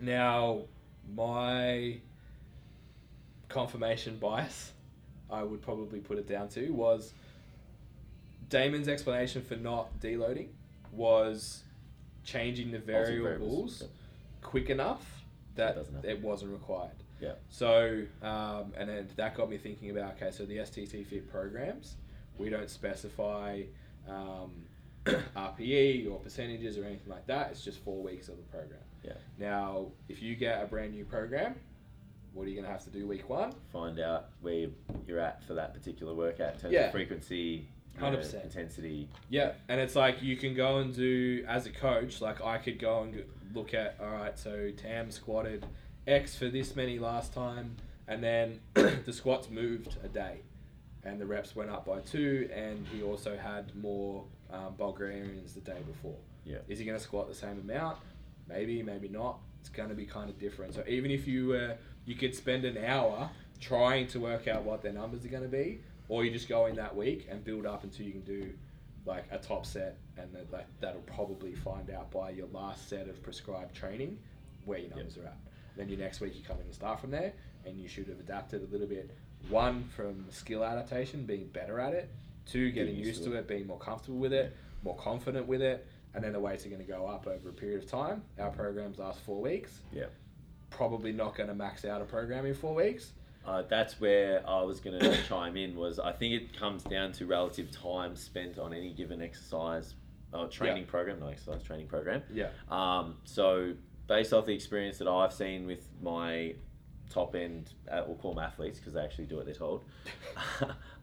Speaker 1: Now, my confirmation bias, I would probably put it down to, was Damon's explanation for not deloading was changing the
Speaker 2: Multi
Speaker 1: variables
Speaker 2: variables.
Speaker 1: quick enough
Speaker 2: It
Speaker 1: that
Speaker 2: doesn't happen.
Speaker 1: it wasn't required.
Speaker 2: Yeah.
Speaker 1: So, um, and then that got me thinking about okay, so the STT fit programs, we don't specify um, RPE or percentages or anything like that. It's just four weeks of the program.
Speaker 2: Yeah.
Speaker 1: Now, if you get a brand new program, what are you going to have to do week one?
Speaker 2: Find out where you're at for that particular workout in terms
Speaker 1: Yeah.
Speaker 2: of frequency, you know,
Speaker 1: 100%.
Speaker 2: intensity.
Speaker 1: Yeah, and it's like you can go and do as a coach. Like I could go and look at all right, so Tam squatted X for this many last time, and then the squats moved a day, and the reps went up by two, and he also had more um, Bulgarians the day before.
Speaker 2: Yeah.
Speaker 1: Is he going to squat the same amount? Maybe, maybe not. It's going to be kind of different. So even if you uh, you could spend an hour trying to work out what their numbers are going to be, or you just go in that week and build up until you can do like a top set, and that like, that'll probably find out by your last set of prescribed training where your numbers are at. Then your next week you come in and start from there, and you should have adapted a little bit. One from skill adaptation, being better at it. Two, getting used to it, being more comfortable with it, more confident with it, and then the weights are going to go up over a period of time. Our programs last four weeks.
Speaker 2: Mm-hmm. Yeah.
Speaker 1: Probably not going to max out a program in four weeks,
Speaker 2: Uh, that's where I was going to chime in. Was I think it comes down to relative time spent on any given exercise or training program, not exercise training program.
Speaker 1: Yeah.
Speaker 2: Um, so based off the experience that I've seen with my top end, uh, we'll call them athletes because they actually do what they're told.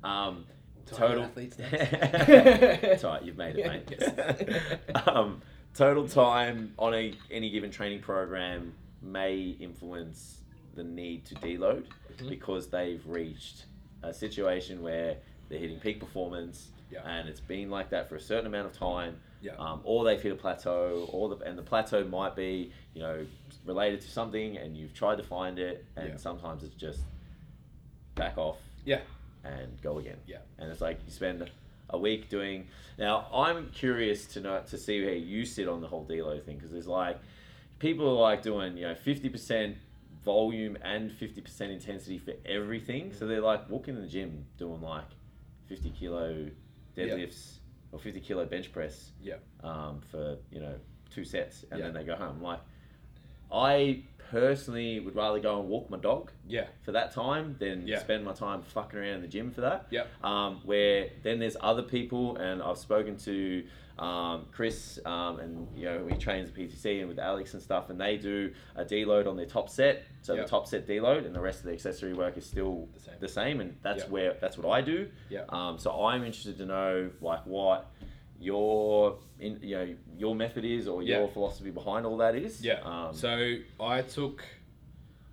Speaker 2: um, total
Speaker 1: athletes.
Speaker 2: it's all right, you've made it, mate.
Speaker 1: Yes.
Speaker 2: um, total time on a, any given training program may influence the need to deload
Speaker 1: Mhm.
Speaker 2: because they've reached a situation where they're hitting peak performance
Speaker 1: Yeah.
Speaker 2: and it's been like that for a certain amount of time.
Speaker 1: Yeah.
Speaker 2: Um, or they've hit a plateau, or the and the plateau might be you know related to something, and you've tried to find it, and
Speaker 1: Yeah.
Speaker 2: sometimes it's just back off
Speaker 1: yeah.
Speaker 2: and go again.
Speaker 1: Yeah.
Speaker 2: And it's like you spend a week doing. Now I'm curious to know to see where you sit on the whole deload thing because there's like people are like doing you know 50% volume and 50% intensity for everything,
Speaker 1: Mm.
Speaker 2: so they're like walking in the gym doing like 50 kilo
Speaker 1: Yeah.
Speaker 2: deadlifts or 50 kilo bench press
Speaker 1: Yeah.
Speaker 2: um, for you know two sets and
Speaker 1: Yeah.
Speaker 2: then they go home. Like I personally would rather go and walk my dog
Speaker 1: Yeah.
Speaker 2: for that time than
Speaker 1: Yeah.
Speaker 2: spend my time fucking around in the gym for that.
Speaker 1: Yep.
Speaker 2: Um, where then there's other people, and I've spoken to um, Chris, um, and you know he trains at PTC and with Alex and stuff, and they do a deload on their top set. So
Speaker 1: Yep.
Speaker 2: the top set deload, and the rest of the accessory work is still
Speaker 1: The same.
Speaker 2: the same, and that's
Speaker 1: Yep.
Speaker 2: where that's what I do.
Speaker 1: Yep.
Speaker 2: Um, so I'm interested to know like what your in, you know your method is or
Speaker 1: Yeah.
Speaker 2: your philosophy behind all that is.
Speaker 1: Yeah.
Speaker 2: Um,
Speaker 1: so I took,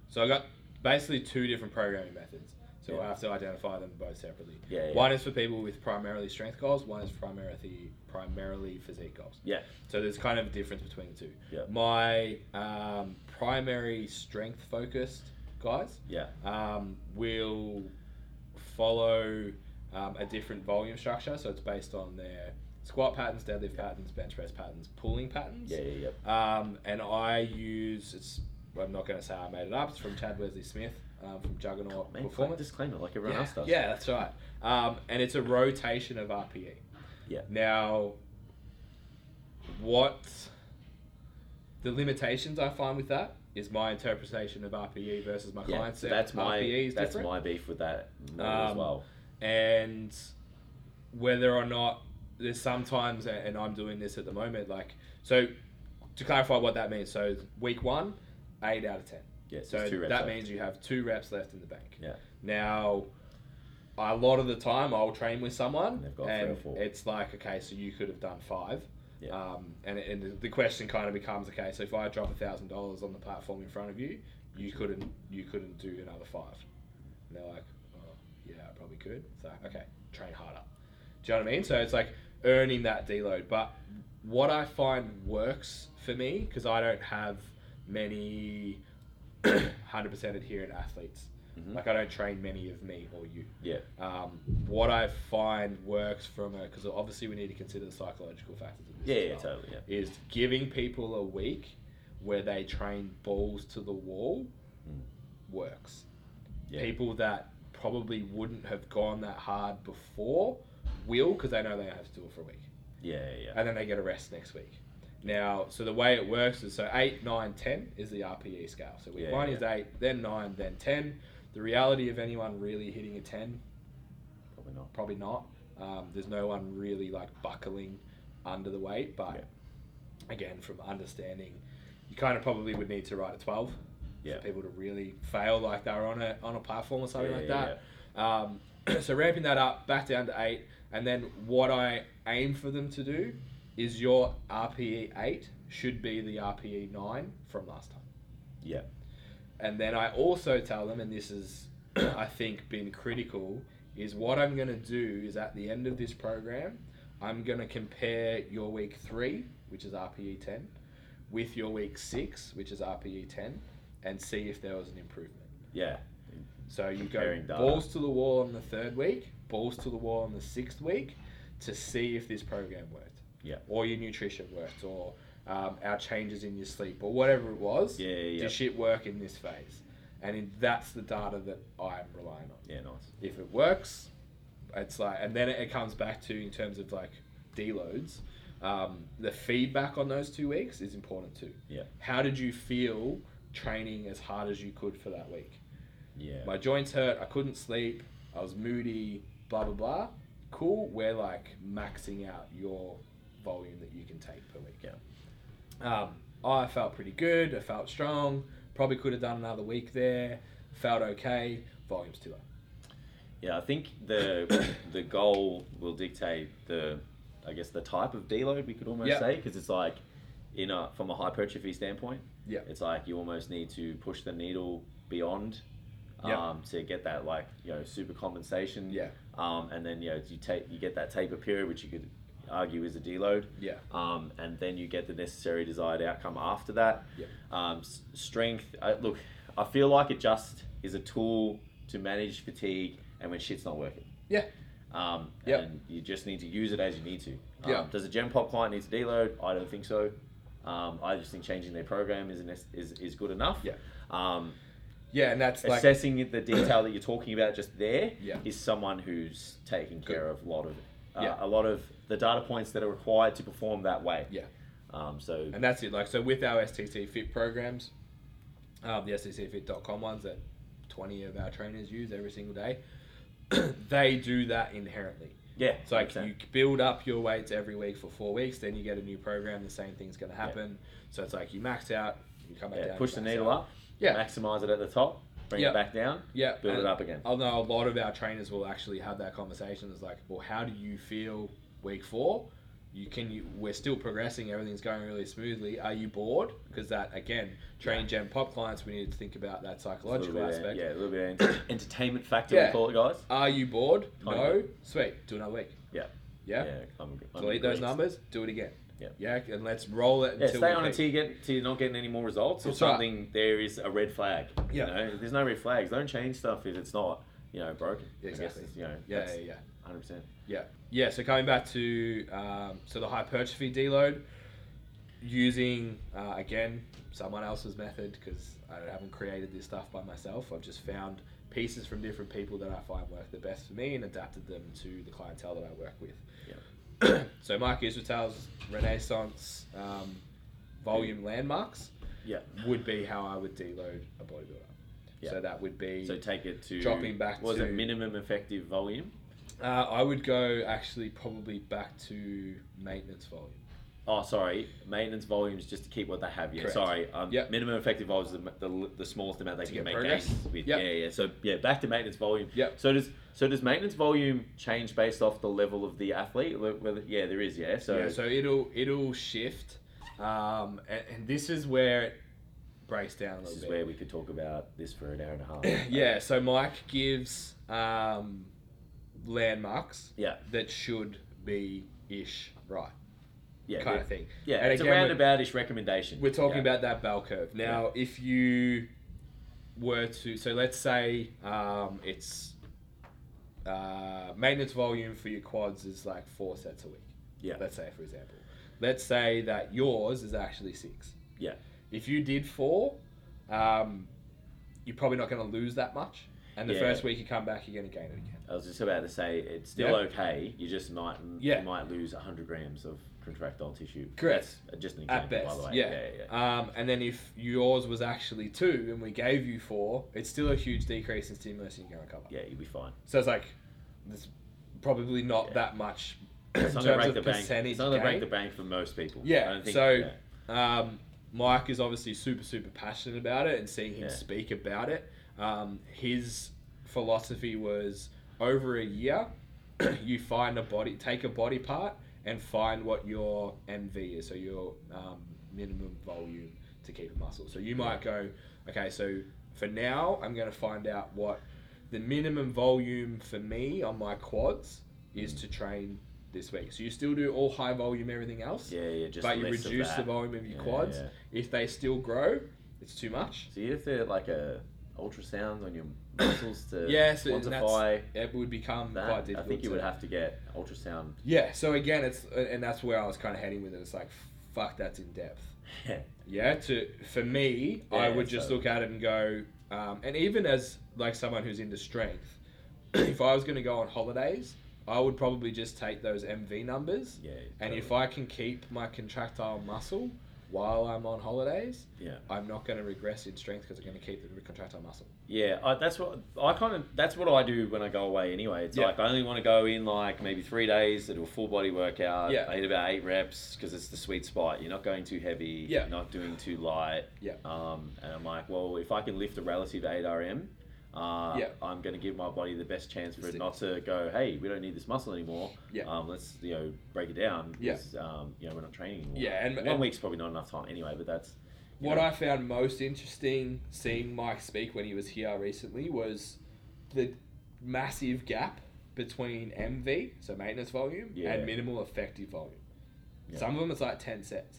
Speaker 1: so I got basically two different programming methods. So I
Speaker 2: Yeah.
Speaker 1: have to identify them both separately.
Speaker 2: Yeah, yeah.
Speaker 1: One is for people with primarily strength goals. One is primarily primarily physique goals.
Speaker 2: yeah.
Speaker 1: So there's kind of a difference between the two.
Speaker 2: Yeah.
Speaker 1: My um, primary strength focused guys
Speaker 2: Yeah.
Speaker 1: um, will follow um, a different volume structure. So it's based on their squat patterns, deadlift patterns, bench press patterns, pulling patterns.
Speaker 2: Yeah. Yeah. Yeah.
Speaker 1: Um, and I use it's. I'm not going to say I made it up. It's from Chad Wesley Smith um, from Juggernaut
Speaker 2: Man,
Speaker 1: Performance.
Speaker 2: disclaimer like everyone
Speaker 1: yeah,
Speaker 2: else does.
Speaker 1: yeah, that's right. Um, and it's a rotation of RPE.
Speaker 2: Yeah.
Speaker 1: Now, what the limitations I find with that is my interpretation of RPE versus my
Speaker 2: Yeah,
Speaker 1: client's.
Speaker 2: so that's my
Speaker 1: RPE E is
Speaker 2: that's
Speaker 1: different.
Speaker 2: my beef with that model as
Speaker 1: Um,
Speaker 2: well.
Speaker 1: and whether or not there's sometimes and i'm doing this at the moment like so to clarify what that means so week one eight out of ten
Speaker 2: Yeah, so
Speaker 1: so
Speaker 2: it's two reps
Speaker 1: that
Speaker 2: left.
Speaker 1: means you have two reps left in the bank
Speaker 2: Yeah.
Speaker 1: now a lot of the time i'll train with someone
Speaker 2: And they've got three or
Speaker 1: and
Speaker 2: four.
Speaker 1: it's like okay so you could have done five
Speaker 2: Yeah.
Speaker 1: um, and, it, and the- the question kind of becomes okay so if i drop a thousand dollars on the platform in front of you you couldn't you couldn't do another five and they're like, oh, yeah, I probably could. So, okay, train harder. Do you know what I mean? So it's like earning that deload. But what I find works for me, because I don't have many 100% adherent athletes,
Speaker 2: Mhm.
Speaker 1: like I don't train many of me or you.
Speaker 2: Yeah.
Speaker 1: Um, what I find works from a, because obviously we need to consider the psychological factors of this.
Speaker 2: Yeah,
Speaker 1: as
Speaker 2: yeah,
Speaker 1: well
Speaker 2: totally. Yeah.
Speaker 1: is giving people a week where they train balls to the wall
Speaker 2: Mm.
Speaker 1: works.
Speaker 2: Yeah.
Speaker 1: People that probably wouldn't have gone that hard before will because they know they have to do it for a week.
Speaker 2: Yeah, yeah, yeah.
Speaker 1: And then they get a rest next week. Now, so the way it works is so 8, 9, 10 is the RPE scale. So week
Speaker 2: Yeah,
Speaker 1: 1
Speaker 2: yeah.
Speaker 1: is 8, then 9, then 10. The reality of anyone really hitting a 10
Speaker 2: Probably not.
Speaker 1: probably not. Um, there's no one really like buckling under the weight, but again, from understanding, you kind of probably would need to ride a 12
Speaker 2: Yeah.
Speaker 1: for people to really fail like they're on a on a platform or something
Speaker 2: Yeah,
Speaker 1: like
Speaker 2: yeah,
Speaker 1: that. Um, so ramping that up back down to eight, and then what I aim for them to do is your RPE eight should be the RPE nine from last time.
Speaker 2: Yeah.
Speaker 1: And then I also tell them, and this is, I think, been critical, is what I'm going to do is at the end of this program, I'm going to compare your week three, which is RPE 10, with your week six, which is RPE 10, and see if there was an improvement.
Speaker 2: Yeah.
Speaker 1: So you go
Speaker 2: Comparing data.
Speaker 1: balls to the wall on the third week, balls to the wall on the sixth week to see if this program worked.
Speaker 2: Yeah.
Speaker 1: Or your nutrition worked, or um, our changes in your sleep, or whatever it was.
Speaker 2: Yeah, yeah, yeah.
Speaker 1: Does shit work in this phase? And in, that's the data that I'm relying on.
Speaker 2: Yeah, nice.
Speaker 1: If it works, it's like, and then it, it comes back to in terms of like deloads, um, the feedback on those two weeks is important too.
Speaker 2: Yeah.
Speaker 1: How did you feel training as hard as you could for that week?
Speaker 2: Yeah.
Speaker 1: My joints hurt. I couldn't sleep. I was moody. Blah blah blah. Cool. We're like maxing out your volume that you can take per week. Yeah. Um, I felt pretty good. I felt strong. Probably could have done another week there. Felt okay. Volume's too low.
Speaker 2: Yeah, I think the the goal will dictate the, I guess the type of deload we could almost
Speaker 1: Yeah.
Speaker 2: say because it's like, in a from a hypertrophy standpoint,
Speaker 1: Yeah.
Speaker 2: it's like you almost need to push the needle beyond,
Speaker 1: Yeah.
Speaker 2: um, to get that like you know super compensation.
Speaker 1: Yeah.
Speaker 2: Um, and then you know you take you get that taper period which you could argue is a deload.
Speaker 1: Yeah.
Speaker 2: Um, and then you get the necessary desired outcome after that.
Speaker 1: Yep.
Speaker 2: Um, s- strength. I, look, I feel like it just is a tool to manage fatigue and when shit's not working.
Speaker 1: Yeah.
Speaker 2: Um,
Speaker 1: Yep.
Speaker 2: And you just need to use it as you need to. Um,
Speaker 1: Yeah.
Speaker 2: Does a Gen Pop client need to deload? I don't think so. Um, I just think changing their program is, nes- is, is good enough.
Speaker 1: Yeah.
Speaker 2: Um,
Speaker 1: Yeah, and that's like
Speaker 2: assessing the detail that you're talking about just there is
Speaker 1: Yeah.
Speaker 2: someone who's taking
Speaker 1: Good.
Speaker 2: care of a lot of uh,
Speaker 1: Yeah.
Speaker 2: a lot of the data points that are required to perform that way.
Speaker 1: yeah.
Speaker 2: Um, so
Speaker 1: And that's it. Like, so with our STC Fit programs, um, the STCFit.com ones that 20 of our trainers use every single day, they do that inherently.
Speaker 2: yeah,
Speaker 1: It's like
Speaker 2: 100%.
Speaker 1: you build up your weights every week for four weeks, then you get a new program, the same thing's going to happen. So it's like you max out, you come back
Speaker 2: yeah,
Speaker 1: down.
Speaker 2: push
Speaker 1: you
Speaker 2: the
Speaker 1: max
Speaker 2: needle
Speaker 1: out.
Speaker 2: up,
Speaker 1: Yeah.
Speaker 2: maximize it at the top, bring
Speaker 1: Yeah.
Speaker 2: it back down,
Speaker 1: Yeah.
Speaker 2: build it
Speaker 1: and
Speaker 2: up again.
Speaker 1: I know a lot of our trainers will actually have that conversation. It's like, well, how do you feel week four? You can. You, we're still progressing. Everything's going really smoothly. Are you bored? Because that again, train gen pop clients, we need to think about that
Speaker 2: A little
Speaker 1: psychological
Speaker 2: bit,
Speaker 1: aspect.
Speaker 2: yeah, a little bit of ent- entertainment factor,
Speaker 1: Yeah.
Speaker 2: we call it, guys.
Speaker 1: Are you bored?
Speaker 2: Kind
Speaker 1: no.
Speaker 2: of.
Speaker 1: Sweet. Do another week.
Speaker 2: Yeah.
Speaker 1: Yeah.
Speaker 2: I'm, ag- I'm
Speaker 1: Delete those
Speaker 2: agreed.
Speaker 1: numbers. Do it again.
Speaker 2: Yeah.
Speaker 1: Yeah, and let's roll it
Speaker 2: Yeah,
Speaker 1: until
Speaker 2: stay
Speaker 1: we
Speaker 2: on it
Speaker 1: peak.
Speaker 2: till you get till you're not getting any more results or
Speaker 1: That's right.
Speaker 2: something. There is a red flag.
Speaker 1: Yeah.
Speaker 2: You know, there's no red flags. Don't change stuff if it's not, you know, broken. I guess
Speaker 1: Exactly.
Speaker 2: it's, you know,
Speaker 1: Yeah,
Speaker 2: that's
Speaker 1: yeah, yeah.
Speaker 2: 100%.
Speaker 1: Yeah. Yeah. So coming back to um, so the hypertrophy deload, using uh, again someone else's method because I haven't created this stuff by myself. I've just found pieces from different people that I find work the best for me and adapted them to the clientele that I work with. so Mark Israel's Renaissance um, volume landmarks
Speaker 2: Yeah.
Speaker 1: would be how I would deload a bodybuilder.
Speaker 2: Yeah.
Speaker 1: So that would be
Speaker 2: So take it to
Speaker 1: Dropping back
Speaker 2: what was
Speaker 1: to-
Speaker 2: it minimum effective volume?
Speaker 1: uh, I would go actually probably back to maintenance volume.
Speaker 2: Oh, sorry. Maintenance volumes just to keep what they have. Yeah,
Speaker 1: Correct.
Speaker 2: sorry. Um,
Speaker 1: Yep.
Speaker 2: Minimum effective volumes is the, the, the smallest amount they
Speaker 1: To
Speaker 2: can
Speaker 1: get
Speaker 2: make
Speaker 1: progress.
Speaker 2: gains with.
Speaker 1: Yep.
Speaker 2: Yeah, yeah. So yeah, back to maintenance volume.
Speaker 1: Yep.
Speaker 2: So does so does maintenance volume change based off the level of the athlete? Le- whether- Yeah, there is. Yeah. So
Speaker 1: yeah, so it'll it'll shift, um, and, and this is where it breaks down a little
Speaker 2: this is
Speaker 1: bit.
Speaker 2: where we could talk about this for an hour and a half.
Speaker 1: yeah, so Mike gives um, landmarks
Speaker 2: Yeah.
Speaker 1: that should be ish right
Speaker 2: Yeah.
Speaker 1: kind
Speaker 2: we-
Speaker 1: of thing.
Speaker 2: Yeah.
Speaker 1: and
Speaker 2: it's
Speaker 1: again, we're-
Speaker 2: a roundaboutish recommendation.
Speaker 1: We're talking
Speaker 2: Yeah.
Speaker 1: about that bell curve now. If you were to, so let's say um, it's uh, maintenance volume for your quads is like four sets a week.
Speaker 2: Yeah.
Speaker 1: Let's say, for example, let's say that yours is actually six.
Speaker 2: Yeah.
Speaker 1: If you did four, um, you're probably not going to lose that much. And the
Speaker 2: Yeah.
Speaker 1: first week you come back, you're going to gain it again.
Speaker 2: I was just about to say it's still
Speaker 1: Yeah.
Speaker 2: okay. You just might
Speaker 1: Yeah.
Speaker 2: you might lose hundred grams of contractile tissue.
Speaker 1: Correct.
Speaker 2: That's just an example,
Speaker 1: At
Speaker 2: by
Speaker 1: best,
Speaker 2: the way.
Speaker 1: yeah.
Speaker 2: yeah, yeah.
Speaker 1: Um, and then if yours was actually two, and we gave you four, it's still a huge decrease in stimulus you can recover.
Speaker 2: Yeah, you'll be fine.
Speaker 1: So it's like there's probably not
Speaker 2: Yeah.
Speaker 1: that much in
Speaker 2: It's not going to
Speaker 1: terms
Speaker 2: break
Speaker 1: of
Speaker 2: the bank.
Speaker 1: percentage
Speaker 2: It's not going to break
Speaker 1: gain.
Speaker 2: the bank for most people.
Speaker 1: Yeah,
Speaker 2: I don't think,
Speaker 1: so-
Speaker 2: yeah.
Speaker 1: Um, Mike is obviously super, super passionate about it, and seeing him
Speaker 2: Yeah.
Speaker 1: speak about it, um, his philosophy was over a year, you find a body, take a body part, and find what your MV is, so your um, minimum volume to keep a muscle. So you might go, okay, so for now, I'm going to find out what the minimum volume for me on my quads is to train this week. So you still do all high volume, everything else
Speaker 2: yeah, yeah, just
Speaker 1: but you
Speaker 2: less of
Speaker 1: reduce the
Speaker 2: that.
Speaker 1: volume of your
Speaker 2: Yeah,
Speaker 1: quads.
Speaker 2: yeah.
Speaker 1: If they still grow, it's too much.
Speaker 2: So you have to like a ultrasound on your muscles to
Speaker 1: Yeah, so that's-
Speaker 2: quantify
Speaker 1: It would become
Speaker 2: that.
Speaker 1: quite difficult.
Speaker 2: I think you
Speaker 1: to-
Speaker 2: would have to get ultrasound.
Speaker 1: Yeah. So again, it's and that's where I was kind of heading with it. It's like, fuck, that's in depth.
Speaker 2: Yeah,
Speaker 1: Yeah. To for me, I
Speaker 2: Yeah,
Speaker 1: would just
Speaker 2: so-
Speaker 1: look at it and go, um, and even as like someone who's into strength, if I was going to go on holidays, I would probably just take those MV numbers.
Speaker 2: yeah.
Speaker 1: And
Speaker 2: totally.
Speaker 1: if I can keep my contractile muscle while I'm on holidays,
Speaker 2: Yeah.
Speaker 1: I'm not going to regress in strength because I'm going to keep the contractile muscle.
Speaker 2: Yeah, I, that's what I kind of that's what I do when I go away. Anyway, it's
Speaker 1: Yeah.
Speaker 2: like I only want to go in like maybe three days. I do a full body workout.
Speaker 1: Yeah.
Speaker 2: I hit about eight reps because it's the sweet spot. You're not going too heavy.
Speaker 1: Yeah.
Speaker 2: You're not doing too light.
Speaker 1: Yeah.
Speaker 2: Um, and I'm like, well, if I can lift a relative eight RM, uh,
Speaker 1: Yeah.
Speaker 2: I'm going to give my body the best chance for
Speaker 1: That's it.
Speaker 2: it not to go. Hey, we don't need this muscle anymore.
Speaker 1: Yeah.
Speaker 2: Um, let's you know break it down.
Speaker 1: Yeah.
Speaker 2: 'cause, Um, you know we're not training anymore.
Speaker 1: Yeah, and-
Speaker 2: one
Speaker 1: and-
Speaker 2: week's probably not enough time anyway. But that's you
Speaker 1: What
Speaker 2: know,
Speaker 1: I found most interesting seeing Mike speak when he was here recently was the massive gap between MV, so maintenance volume,
Speaker 2: Yeah.
Speaker 1: and minimal effective volume.
Speaker 2: Yeah.
Speaker 1: Some of them it's like 10 sets.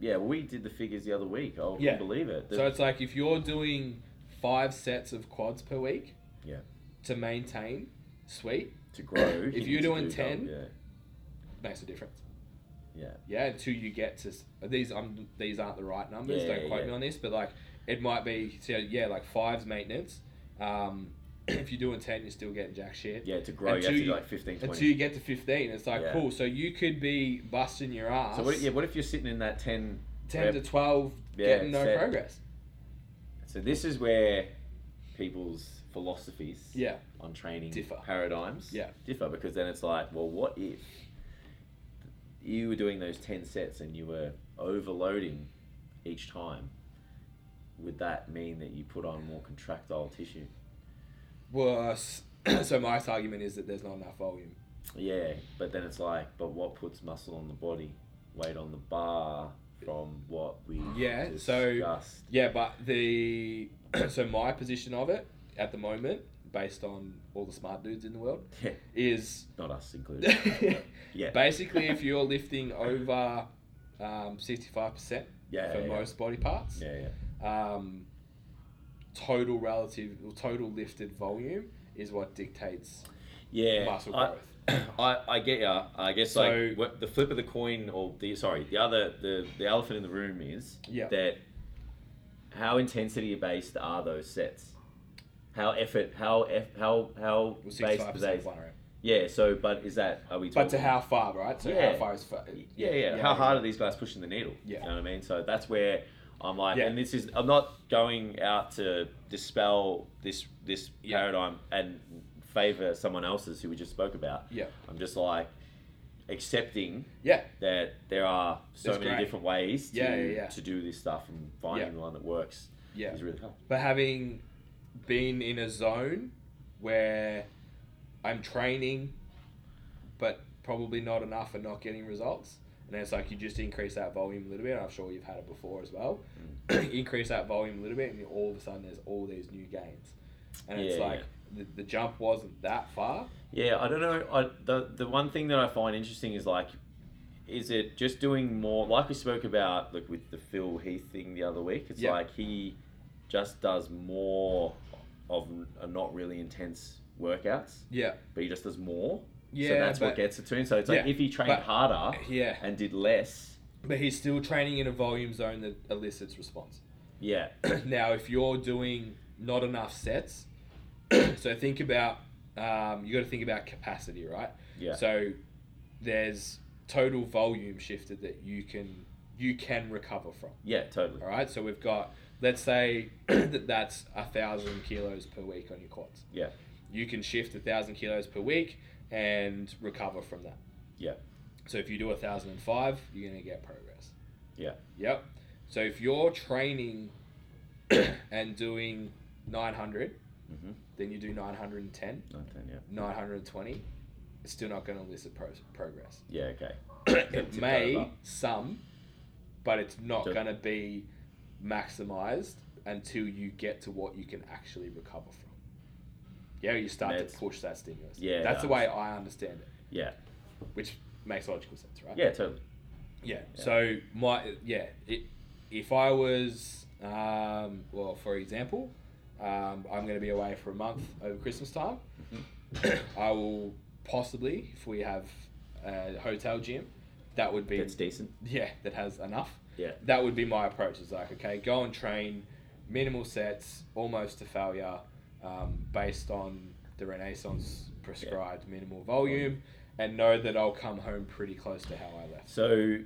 Speaker 2: Yeah, well, we did the figures the other week. I couldn't
Speaker 1: Yeah.
Speaker 2: believe it. The-
Speaker 1: So it's like if you're doing five sets of quads per week
Speaker 2: Yeah.
Speaker 1: to maintain, sweet,
Speaker 2: to grow.
Speaker 1: If
Speaker 2: you
Speaker 1: you're
Speaker 2: need to
Speaker 1: doing
Speaker 2: do
Speaker 1: 10,
Speaker 2: double,
Speaker 1: makes a difference.
Speaker 2: yeah, yeah,
Speaker 1: Yeah, until you get to s- these, um, these aren't the right numbers.
Speaker 2: Yeah,
Speaker 1: Don't
Speaker 2: yeah,
Speaker 1: quote
Speaker 2: yeah.
Speaker 1: me on this, but like it might be, so yeah, like five's maintenance. Um, if you're doing ten, you're still getting jack shit.
Speaker 2: yeah. To grow, you
Speaker 1: Until
Speaker 2: have to do
Speaker 1: you-
Speaker 2: like 15, 20.
Speaker 1: Until you get to 15, it's like,
Speaker 2: Yeah.
Speaker 1: cool. So you could be busting your ass
Speaker 2: so what, yeah, what if you're sitting in that 10?
Speaker 1: 10
Speaker 2: rep?
Speaker 1: to 12,
Speaker 2: Yeah,
Speaker 1: getting no
Speaker 2: set.
Speaker 1: progress.
Speaker 2: So this is where people's philosophies
Speaker 1: Yeah.
Speaker 2: on training
Speaker 1: Differ.
Speaker 2: paradigms
Speaker 1: Yeah.
Speaker 2: differ because then it's like, well, what if you were doing those 10 sets and you were overloading each time? Would that mean that you put on more contractile tissue?
Speaker 1: Well, s- so my argument is that there's not enough volume.
Speaker 2: Yeah, but then it's like, but what puts muscle on the body? Weight on the bar from what we
Speaker 1: Yeah, so-
Speaker 2: discussed.
Speaker 1: Yeah, but the. so my position of it at the moment, based on all the smart dudes in the world,
Speaker 2: Yeah,
Speaker 1: is
Speaker 2: not us included. yeah,
Speaker 1: basically if you're lifting over um, 65%
Speaker 2: yeah,
Speaker 1: for
Speaker 2: yeah,
Speaker 1: most body parts,
Speaker 2: yeah, yeah,
Speaker 1: um, total relative or total lifted volume is what dictates
Speaker 2: yeah.
Speaker 1: muscle
Speaker 2: I-
Speaker 1: growth.
Speaker 2: I, I get ya. I guess
Speaker 1: So-
Speaker 2: like what, the flip of the coin, or the sorry, the other the the elephant in the room is
Speaker 1: Yeah.
Speaker 2: that how intensity based are those sets? How effort? How eff, how how
Speaker 1: Well,
Speaker 2: based
Speaker 1: sixty-five
Speaker 2: are
Speaker 1: percent
Speaker 2: they?
Speaker 1: one rep.
Speaker 2: Yeah. So, but is that are we? Talking
Speaker 1: But to how far, right? So
Speaker 2: Yeah.
Speaker 1: how far is far?
Speaker 2: yeah, yeah. How hard are these guys pushing the needle?
Speaker 1: Yeah.
Speaker 2: You know what I mean? So that's where I'm like,
Speaker 1: Yeah.
Speaker 2: and this is, I'm not going out to dispel this this
Speaker 1: Yeah.
Speaker 2: paradigm and favor someone else's who we just spoke about.
Speaker 1: Yeah.
Speaker 2: I'm just like accepting
Speaker 1: Yeah.
Speaker 2: that there are so
Speaker 1: That's
Speaker 2: many
Speaker 1: great.
Speaker 2: different ways to,
Speaker 1: Yeah, yeah, yeah.
Speaker 2: to do this stuff and finding
Speaker 1: Yeah.
Speaker 2: the one that works
Speaker 1: Yeah.
Speaker 2: is really hard.
Speaker 1: But having been in a zone where I'm training, but probably not enough and not getting results, and it's like you just increase that volume a little bit. and I'm sure you've had it before as well.
Speaker 2: Mm.
Speaker 1: increase that volume a little bit, and you- all of a sudden there's all these new gains, and it's
Speaker 2: Yeah,
Speaker 1: like the, the jump wasn't that far.
Speaker 2: Yeah, I don't know. I, the the one thing that I find interesting is like, is it just doing more? Like we spoke about, like with the Phil Heath thing the other week. It's
Speaker 1: Yeah.
Speaker 2: like he just does more of uh, not really intense workouts,
Speaker 1: Yeah.
Speaker 2: but he just does more.
Speaker 1: Yeah.
Speaker 2: so that's
Speaker 1: but,
Speaker 2: what gets it to him. So it's
Speaker 1: Yeah,
Speaker 2: like if he trained
Speaker 1: but-
Speaker 2: harder
Speaker 1: Yeah.
Speaker 2: and did less,
Speaker 1: But he's still training in a volume zone that elicits response.
Speaker 2: yeah,
Speaker 1: now, if you're doing not enough sets, so think about um, you got to think about capacity, right?
Speaker 2: yeah,
Speaker 1: So there's total volume shifted that you can you can recover from.
Speaker 2: yeah, totally.
Speaker 1: All right. So we've got let's say that that's a thousand kilos per week on your quads.
Speaker 2: Yeah.
Speaker 1: You can shift a thousand kilos per week and recover from that.
Speaker 2: Yeah.
Speaker 1: So if you do a thousand and five, you're gonna get progress.
Speaker 2: Yeah.
Speaker 1: Yep. So if you're training and doing 900,
Speaker 2: Mm-hmm.
Speaker 1: then you do 910, 920, it's still not going to elicit pro- progress.
Speaker 2: yeah, yeah, okay,
Speaker 1: it
Speaker 2: Tipped
Speaker 1: may
Speaker 2: over.
Speaker 1: some, but it's not
Speaker 2: Don't-
Speaker 1: going to be maximized until you get to what you can actually recover from. Yeah, you start
Speaker 2: That's-
Speaker 1: to push that stimulus.
Speaker 2: Yeah,
Speaker 1: that's
Speaker 2: I
Speaker 1: the way I understand it,
Speaker 2: yeah,
Speaker 1: which makes logical sense, right?
Speaker 2: yeah, totally.
Speaker 1: Yeah.
Speaker 2: Yeah.
Speaker 1: So my yeah, it, if I was um, well, for example, um, I'm going to be away for a month over Christmas time.
Speaker 2: Mm-hmm.
Speaker 1: I will possibly, if we have a hotel gym, that would be
Speaker 2: That's decent.
Speaker 1: yeah, that has enough.
Speaker 2: Yeah.
Speaker 1: That would be my approach. Is like okay, go and train minimal sets, almost to failure, um, based on the Renaissance prescribed minimal volume, and know that I'll come home pretty close to how I left.
Speaker 2: So,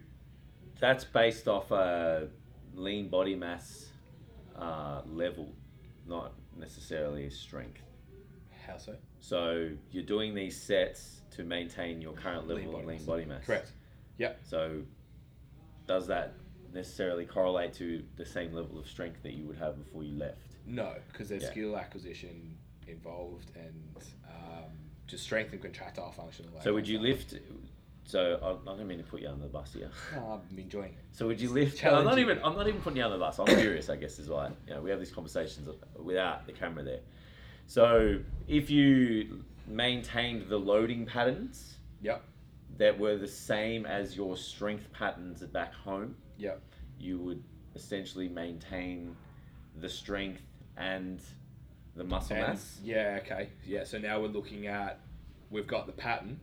Speaker 2: that's based off a lean body mass uh, level, not necessarily strength.
Speaker 1: How so?
Speaker 2: So you're doing these sets to maintain your current level
Speaker 1: Lean
Speaker 2: of
Speaker 1: body
Speaker 2: lean
Speaker 1: mass.
Speaker 2: body mass.
Speaker 1: Correct.
Speaker 2: So does that necessarily correlate to the same level of strength that you would have before you left?
Speaker 1: No, because there's
Speaker 2: Yeah.
Speaker 1: skill acquisition involved and um, just strength and contractile function. and all that
Speaker 2: So would you
Speaker 1: kind
Speaker 2: lift? So I'm not going to mean to put you under the bus here.
Speaker 1: of stuff. No, I'm enjoying it.
Speaker 2: So would you lift? I'm not
Speaker 1: Challenging.
Speaker 2: even. I'm not even putting you under the bus. I'm curious. I guess is why you know we have these conversations without the camera there. So if you maintained the loading patterns
Speaker 1: Yep.
Speaker 2: that were the same as your strength patterns back home,
Speaker 1: Yep.
Speaker 2: you would essentially maintain the strength and the muscle
Speaker 1: And-
Speaker 2: mass.
Speaker 1: Yeah. Okay. Yeah. So now we're looking at we've got the pattern.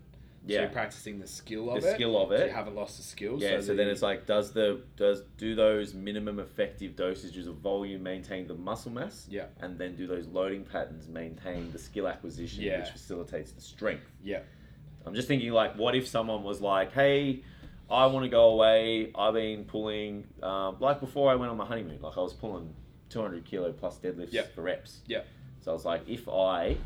Speaker 1: So
Speaker 2: Yeah.
Speaker 1: you're practicing the skill
Speaker 2: The
Speaker 1: of it.
Speaker 2: skill of
Speaker 1: So
Speaker 2: it.
Speaker 1: you haven't lost the skill.
Speaker 2: Yeah, so,
Speaker 1: that
Speaker 2: then
Speaker 1: you-
Speaker 2: it's like, does the does do those minimum effective dosages of volume maintain the muscle mass?
Speaker 1: Yeah.
Speaker 2: And then do those loading patterns maintain the skill acquisition,
Speaker 1: Yeah.
Speaker 2: which facilitates the strength?
Speaker 1: Yeah.
Speaker 2: I'm just thinking like, what if someone was like, hey, I want to go away. I've been pulling, um, like before I went on my honeymoon, like I was pulling 200 kilo plus deadlifts
Speaker 1: Yeah.
Speaker 2: for reps.
Speaker 1: Yeah.
Speaker 2: So I was like, if I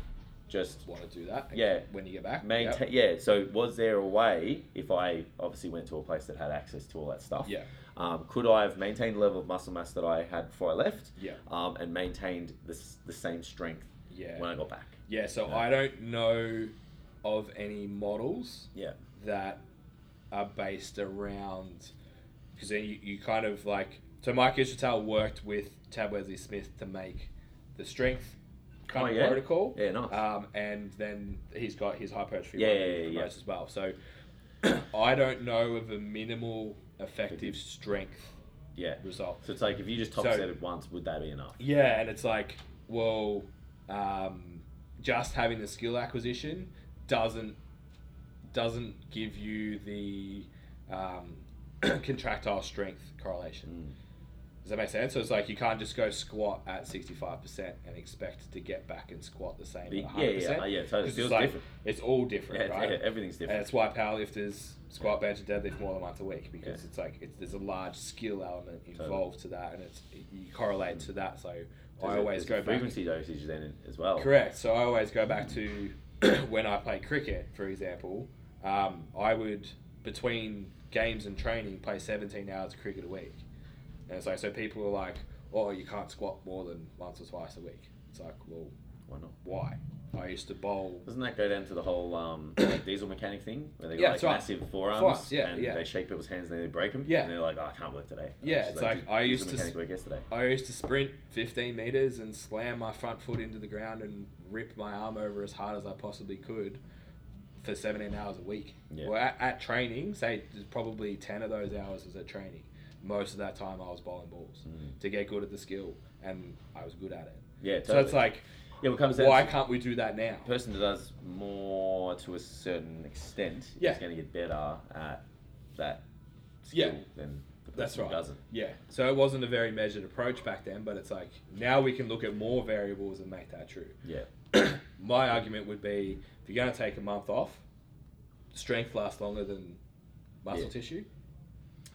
Speaker 2: just
Speaker 1: Want to do that?
Speaker 2: Yeah.
Speaker 1: When you get back. Yep.
Speaker 2: maintain, yeah. So was there a way if I obviously went to a place that had access to all that stuff?
Speaker 1: Yeah.
Speaker 2: Um, could I have maintained the level of muscle mass that I had before I left?
Speaker 1: Yeah.
Speaker 2: Um, and maintained this the same strength
Speaker 1: Yeah.
Speaker 2: when I got back.
Speaker 1: Yeah, so
Speaker 2: Yeah.
Speaker 1: I don't know of any models
Speaker 2: Yeah.
Speaker 1: that are based around because you, you kind of like so Mike Ishertel worked with Tab Wesley Smith to make the strength kind
Speaker 2: Oh,
Speaker 1: of
Speaker 2: yeah.
Speaker 1: protocol.
Speaker 2: Yeah, nice.
Speaker 1: Um, and then he's got his hypertrophy
Speaker 2: Yeah,
Speaker 1: one
Speaker 2: yeah,
Speaker 1: that he
Speaker 2: yeah, yeah.
Speaker 1: promotes as well. So I don't know of a minimal effective strength
Speaker 2: Yeah.
Speaker 1: result.
Speaker 2: So it's like if you just
Speaker 1: So-
Speaker 2: top set it once, would that be enough?
Speaker 1: Yeah, and it's like, well, um, just having the skill acquisition doesn't doesn't give you the um, contractile strength correlation. Does that make sense? So it's like you can't just go squat at sixty five percent and expect to get back and squat the same.
Speaker 2: Be-
Speaker 1: at
Speaker 2: yeah, yeah,
Speaker 1: 100%.
Speaker 2: yeah, totally.
Speaker 1: 'Cause
Speaker 2: Feels
Speaker 1: it's like,
Speaker 2: different.
Speaker 1: It's all
Speaker 2: Yeah,
Speaker 1: different,
Speaker 2: it's-
Speaker 1: right?
Speaker 2: yeah, everything's
Speaker 1: And
Speaker 2: different.
Speaker 1: that's why powerlifters squat, bench, and deadlift more than once a week because
Speaker 2: Yeah.
Speaker 1: it's like it's, there's a large skill element
Speaker 2: Totally.
Speaker 1: involved to that, and it's you correlate to that. So
Speaker 2: There's
Speaker 1: I
Speaker 2: a-
Speaker 1: always
Speaker 2: there's
Speaker 1: go
Speaker 2: a
Speaker 1: back.
Speaker 2: frequency dosage then as well.
Speaker 1: Correct. So I always go back to when I play cricket, for example. Um, I would between games and training play 17 hours of cricket a week, and it's like so people are like, oh, you can't squat more than once or twice a week. It's like, well,
Speaker 2: Why not?
Speaker 1: why? I used to bowl
Speaker 2: Doesn't that go down to the whole um, like diesel mechanic thing where they got
Speaker 1: Yeah,
Speaker 2: like
Speaker 1: that's right.
Speaker 2: massive forearms,
Speaker 1: Forearms, yeah,
Speaker 2: and
Speaker 1: yeah.
Speaker 2: they shake people's hands and then they break them?
Speaker 1: Yeah.
Speaker 2: And they're like, oh, I can't work today. And
Speaker 1: Yeah,
Speaker 2: just
Speaker 1: it's like,
Speaker 2: "Dude,
Speaker 1: I
Speaker 2: diesel
Speaker 1: used to s-
Speaker 2: mechanic work yesterday.
Speaker 1: I used to sprint 15 meters and slam my front foot into the ground and rip my arm over as hard as I possibly could for 17 hours a week.
Speaker 2: Yeah.
Speaker 1: Well, at, at training, say there's probably 10 of those hours was at training. Most of that time I was bowling balls to get good at the skill, and I was good at it.
Speaker 2: Hmm. Yeah, totally.
Speaker 1: So it's like,
Speaker 2: yeah, what comes down
Speaker 1: why
Speaker 2: to
Speaker 1: can't we do that now?
Speaker 2: the person that does more to a certain extent
Speaker 1: Yeah.
Speaker 2: is going to get better at that
Speaker 1: Yeah.
Speaker 2: skill than the person
Speaker 1: That's
Speaker 2: who
Speaker 1: right.
Speaker 2: doesn't.
Speaker 1: Yeah. So it wasn't a very measured approach back then, but it's like now we can look at more variables and make that true.
Speaker 2: Yeah,
Speaker 1: my argument would be if you're going to take a month off, strength lasts longer than muscle
Speaker 2: Yeah.
Speaker 1: tissue.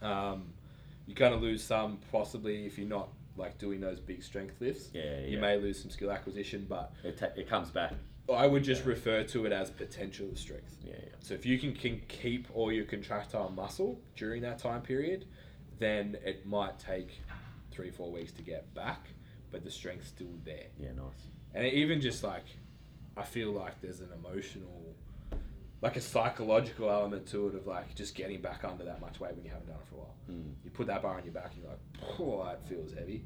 Speaker 1: Um, you're going to lose some, possibly if you're not like doing those big strength lifts.
Speaker 2: yeah, yeah.
Speaker 1: You may lose some skill acquisition, but
Speaker 2: It, ta- it comes back.
Speaker 1: I would just
Speaker 2: Yeah.
Speaker 1: refer to it as potential strength.
Speaker 2: Yeah, yeah.
Speaker 1: So if you can, can keep all your contractile muscle during that time period, then it might take three, four weeks to get back, but the strength's still there
Speaker 2: Yeah, nice.
Speaker 1: and it even just like i feel like there's an emotional like a psychological element to it of like just getting back under that much weight when you haven't done it for a while
Speaker 2: Mm.
Speaker 1: you put that bar on your back and you're like oh it feels heavy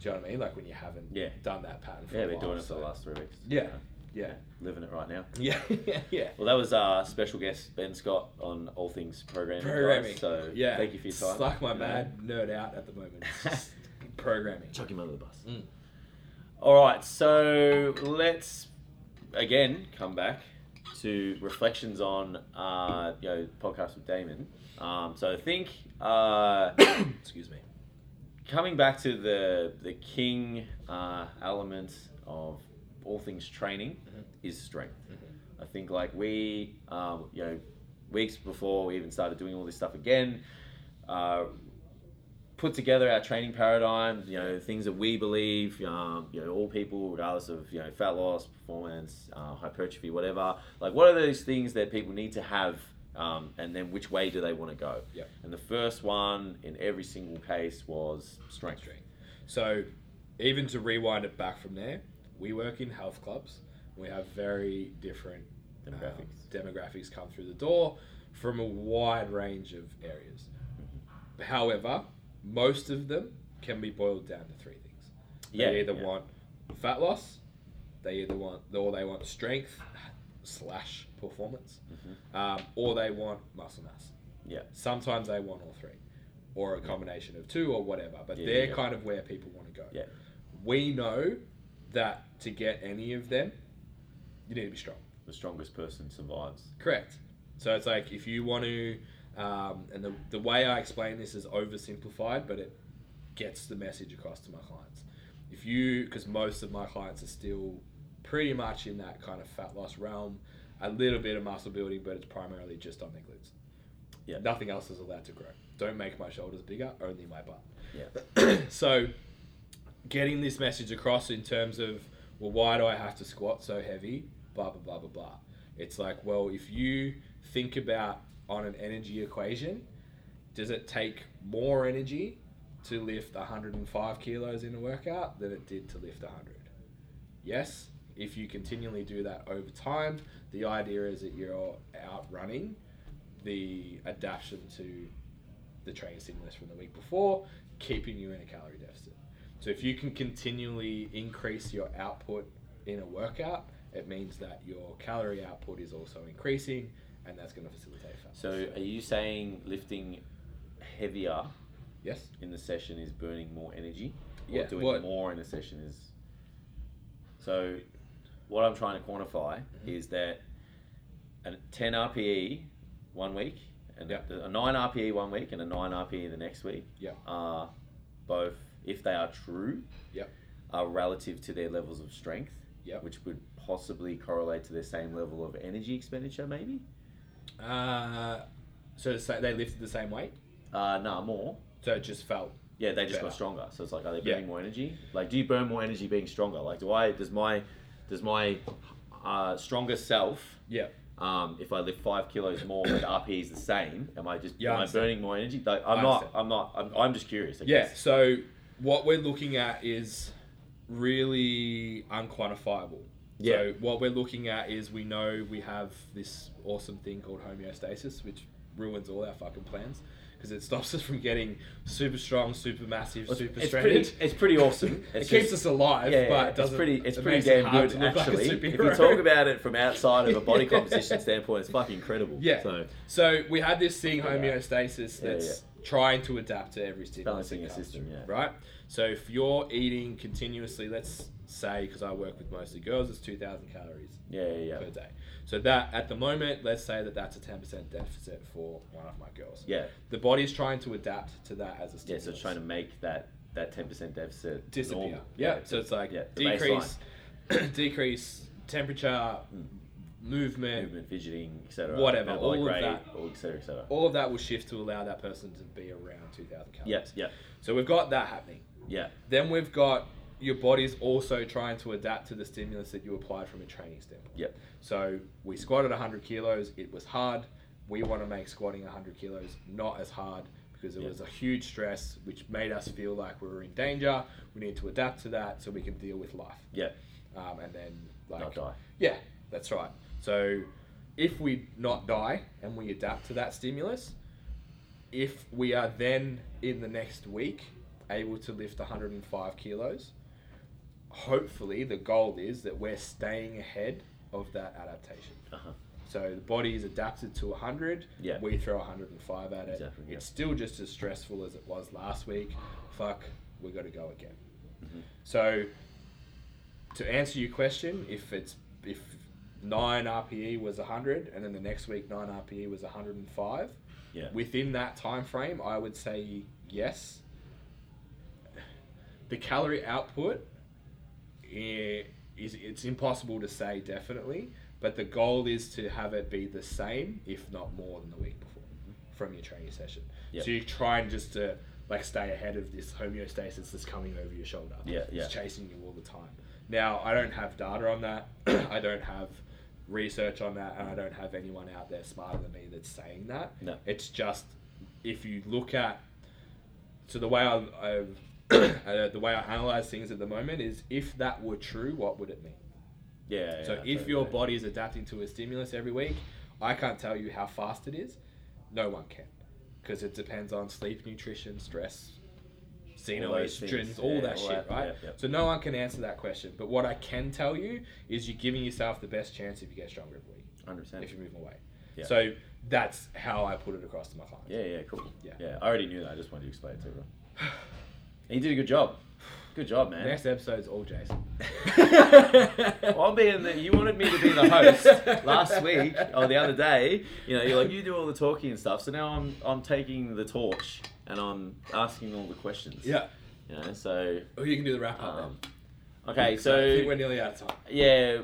Speaker 1: do you know what i mean like when you haven't
Speaker 2: Yeah.
Speaker 1: done that pattern for
Speaker 2: Yeah,
Speaker 1: a
Speaker 2: they're
Speaker 1: while
Speaker 2: doing it for
Speaker 1: so-
Speaker 2: the last three weeks.
Speaker 1: Yeah.
Speaker 2: You know,
Speaker 1: yeah
Speaker 2: Living it right now.
Speaker 1: yeah yeah yeah
Speaker 2: Well, that was our special guest Ben Scott on all things programming. guys.
Speaker 1: programming
Speaker 2: So
Speaker 1: yeah
Speaker 2: thank you for your time.
Speaker 1: it's like my
Speaker 2: You know,
Speaker 1: mad nerd out at the moment It's just programming
Speaker 2: Chuck him under the bus.
Speaker 1: Mm.
Speaker 2: All right, so let's again come back to reflections on uh, you know podcast with Damon. Um, so I think uh,
Speaker 1: excuse me
Speaker 2: coming back to the the king uh, element of all things training
Speaker 1: Mhm.
Speaker 2: is strength. I think like we, um, you know, weeks before we even started doing all this stuff again, uh, put together our training paradigm, you know, things that we believe, um, you know, all people, regardless of, you know, fat loss, performance, uh, hypertrophy, whatever. Like, what are those things that people need to have? Um, and then which way do they want to go?
Speaker 1: Yep.
Speaker 2: And the first one in every single case was strength.
Speaker 1: String. So, even to rewind it back from there, we work in health clubs. We have very different um,
Speaker 2: Demographics.
Speaker 1: demographics come through the door from a wide range of areas.
Speaker 2: Mm-hmm.
Speaker 1: However, most of them can be boiled down to three things.
Speaker 2: Yeah,
Speaker 1: They either
Speaker 2: yeah.
Speaker 1: want fat loss, they either want or they want strength slash performance,
Speaker 2: Mm-hmm.
Speaker 1: um, or they want muscle mass.
Speaker 2: Yeah.
Speaker 1: Sometimes they want all three, or a combination of two or whatever. But
Speaker 2: Yeah,
Speaker 1: they're
Speaker 2: yeah.
Speaker 1: kind of where people want to go.
Speaker 2: Yeah.
Speaker 1: We know that to get any of them, you need to be strong.
Speaker 2: The strongest person survives.
Speaker 1: Correct. So it's like if you want to, um, and the, the way I explain this is oversimplified, but it gets the message across to my clients. If you, because most of my clients are still pretty much in that kind of fat loss realm, a little bit of muscle building, but it's primarily just on their glutes.
Speaker 2: Yeah.
Speaker 1: Nothing else is allowed to grow. Don't make my shoulders bigger, only my butt.
Speaker 2: Yeah.
Speaker 1: so getting this message across in terms of well why do i have to squat so heavy blah blah blah blah blah it's like well if you think about on an energy equation does it take more energy to lift 105 kilos in a workout than it did to lift 100 yes if you continually do that over time the idea is that you're outrunning the adaptation to the training stimulus from the week before, keeping you in a calorie deficit. So if you can continually increase your output in a workout, it means that your calorie output is also increasing, and that's going to facilitate fat.
Speaker 2: So are you saying lifting heavier
Speaker 1: yes,
Speaker 2: in the session is burning more energy? Or
Speaker 1: Yeah,
Speaker 2: doing
Speaker 1: well-
Speaker 2: more in a session is so what I'm trying to quantify
Speaker 1: Mm-hmm.
Speaker 2: is that a 10 RPE E one week and
Speaker 1: Yeah.
Speaker 2: a 9 RPE E one week and a 9 RPE E the next week
Speaker 1: Yeah.
Speaker 2: are both if they are true
Speaker 1: Yeah.
Speaker 2: are relative to their levels of strength
Speaker 1: Yeah.
Speaker 2: which would possibly correlate to their same level of energy expenditure maybe
Speaker 1: uh, so to say they lifted the same weight,
Speaker 2: uh nah more
Speaker 1: so it just felt
Speaker 2: Yeah, they just
Speaker 1: Better.
Speaker 2: got stronger. So it's like, are they
Speaker 1: Yeah.
Speaker 2: burning more energy? Like, do you burn more energy being stronger? Like, do I does my does my uh, stronger self,
Speaker 1: yeah.
Speaker 2: um, if I lift five kilos more but RP is the same, am I just
Speaker 1: Yeah, I
Speaker 2: am I
Speaker 1: understand.
Speaker 2: burning more energy? Like,
Speaker 1: I
Speaker 2: I'm not,
Speaker 1: understand.
Speaker 2: I'm not, I'm, I'm just curious. I
Speaker 1: Yeah.
Speaker 2: guess.
Speaker 1: So what we're looking at is really unquantifiable.
Speaker 2: Yeah.
Speaker 1: So what we're looking at is we know we have this awesome thing called homeostasis, which ruins all our fucking plans because it stops us from getting super strong, super massive,
Speaker 2: It's,
Speaker 1: super
Speaker 2: it's
Speaker 1: shredded.
Speaker 2: pretty, it's pretty awesome.
Speaker 1: it
Speaker 2: It's
Speaker 1: keeps us
Speaker 2: just-
Speaker 1: alive,
Speaker 2: yeah, yeah,
Speaker 1: but it
Speaker 2: it's
Speaker 1: doesn't.
Speaker 2: pretty, it's
Speaker 1: it
Speaker 2: pretty
Speaker 1: makes it
Speaker 2: damn
Speaker 1: hard
Speaker 2: good
Speaker 1: to look like a
Speaker 2: actually. if you
Speaker 1: superhero.
Speaker 2: talk about it from outside of a body
Speaker 1: Yeah.
Speaker 2: composition standpoint, it's fucking incredible.
Speaker 1: Yeah.
Speaker 2: So
Speaker 1: So we have this thing,
Speaker 2: Yeah.
Speaker 1: homeostasis,
Speaker 2: Yeah,
Speaker 1: that's trying to adapt to every stimulus.
Speaker 2: balancing
Speaker 1: that
Speaker 2: your
Speaker 1: comes
Speaker 2: system,
Speaker 1: through,
Speaker 2: yeah.
Speaker 1: Right? So if you're eating continuously, let's say, because I work with mostly girls, it's 2,000 calories
Speaker 2: yeah, yeah,
Speaker 1: per
Speaker 2: yeah.
Speaker 1: day. So that, at the moment, let's say that that's a 10% deficit for one of my girls.
Speaker 2: yeah.
Speaker 1: The body's trying to adapt to that as a
Speaker 2: Yeah,
Speaker 1: stimulus.
Speaker 2: so it's trying to make that that ten percent deficit
Speaker 1: disappear.
Speaker 2: normal.
Speaker 1: Yeah. So it's like
Speaker 2: yeah, the
Speaker 1: decrease, decrease temperature,
Speaker 2: baseline,
Speaker 1: movement,
Speaker 2: Mm. movement, fidgeting, etc.
Speaker 1: Whatever, all of that.
Speaker 2: all etc. etc.
Speaker 1: all of that will shift to allow that person to be around 2,000 calories.
Speaker 2: Yeah, yeah,
Speaker 1: So we've got that happening.
Speaker 2: yeah,
Speaker 1: Then we've got your body's also trying to adapt to the stimulus that you applied from a training standpoint.
Speaker 2: yeah,
Speaker 1: So we squatted 100 kilos, it was hard. We want to make squatting 100 kilos not as hard because it
Speaker 2: Yeah.
Speaker 1: was a huge stress, which made us feel like we were in danger. We need to adapt to that so we can deal with life.
Speaker 2: yeah.
Speaker 1: Um, and then, like,
Speaker 2: Not die.
Speaker 1: yeah, that's right. So if we not die and we adapt to that stimulus, if we are then in the next week able to lift 105 kilos, hopefully the goal is that we're staying ahead of that adaptation.
Speaker 2: Uh-huh.
Speaker 1: So the body is adapted to 100.
Speaker 2: Yeah.
Speaker 1: We throw 105 at it.
Speaker 2: Exactly, yeah.
Speaker 1: It's still just as stressful as it was last week. Fuck, we got to go again.
Speaker 2: Mm-hmm.
Speaker 1: So to answer your question, if it's if nine RPE was 100 and then the next week nine RPE was 105,
Speaker 2: Yeah.
Speaker 1: within that time frame, I would say yes. The calorie output i- is it's impossible to say definitely, but the goal is to have it be the same, if not more than the week before, from your training session.
Speaker 2: Yeah.
Speaker 1: So you're trying just to like stay ahead of this homeostasis that's coming over your shoulder.
Speaker 2: Yeah, yeah.
Speaker 1: It's chasing you all the time. Now I don't have data on that. I don't have research on that, and I don't have anyone out there smarter than me that's saying that.
Speaker 2: No.
Speaker 1: It's just if you look at so the way I, I uh, the way I analyze things at the moment is if that were true, what would it mean?
Speaker 2: Yeah.
Speaker 1: so
Speaker 2: yeah,
Speaker 1: if your
Speaker 2: totally.
Speaker 1: body is adapting to a stimulus every week, I can't tell you how fast it is. No one can, because it depends on sleep, nutrition, stress,
Speaker 2: All those things,
Speaker 1: xenoestrogens, all
Speaker 2: yeah,
Speaker 1: that
Speaker 2: all
Speaker 1: shit,
Speaker 2: that,
Speaker 1: right?
Speaker 2: yeah, yeah.
Speaker 1: So no one can answer that question. But what I can tell you is you're giving yourself the best chance if you get stronger every week,
Speaker 2: 100%.
Speaker 1: if you move away.
Speaker 2: Yeah.
Speaker 1: So that's how I put it across to my clients.
Speaker 2: Yeah, yeah, cool. Yeah.
Speaker 1: Yeah.
Speaker 2: I already knew that. I just wanted to explain it to everyone. And you did a good job. Good job, man.
Speaker 1: Next episode's all Jason.
Speaker 2: I'll be in the. You wanted me to be the host last week or the other day. You know, you're like you do all the talking and stuff. So now I'm I'm taking the torch and I'm asking all the questions.
Speaker 1: Yeah.
Speaker 2: You know, so
Speaker 1: Or you can do the wrap up.
Speaker 2: um,
Speaker 1: then.
Speaker 2: okay,
Speaker 1: I think
Speaker 2: so
Speaker 1: we're nearly out of time.
Speaker 2: yeah,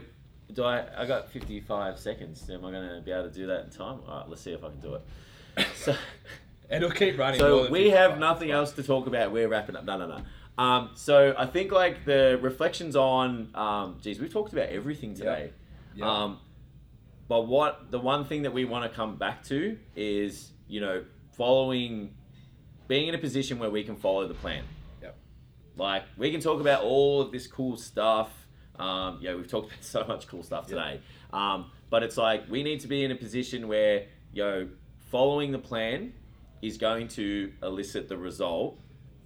Speaker 2: do I? I got 55 seconds. Am I gonna be able to do that in time? All right, let's see if I can do it. So.
Speaker 1: It'll keep running. more
Speaker 2: So
Speaker 1: than
Speaker 2: we have
Speaker 1: 55,
Speaker 2: nothing
Speaker 1: it's fine.
Speaker 2: else to talk about. We're wrapping up. No, no, no. Um, so I think like the reflections on, um, geez, we've talked about everything today.
Speaker 1: Yeah.
Speaker 2: Um, but what the one thing that we want to come back to is, you know, following, being in a position where we can follow the plan.
Speaker 1: Yep.
Speaker 2: Like we can talk about all of this cool stuff. Um, yeah, we've talked about so much cool stuff today. Um, but it's like we need to be in a position where you know following the plan is going to elicit the result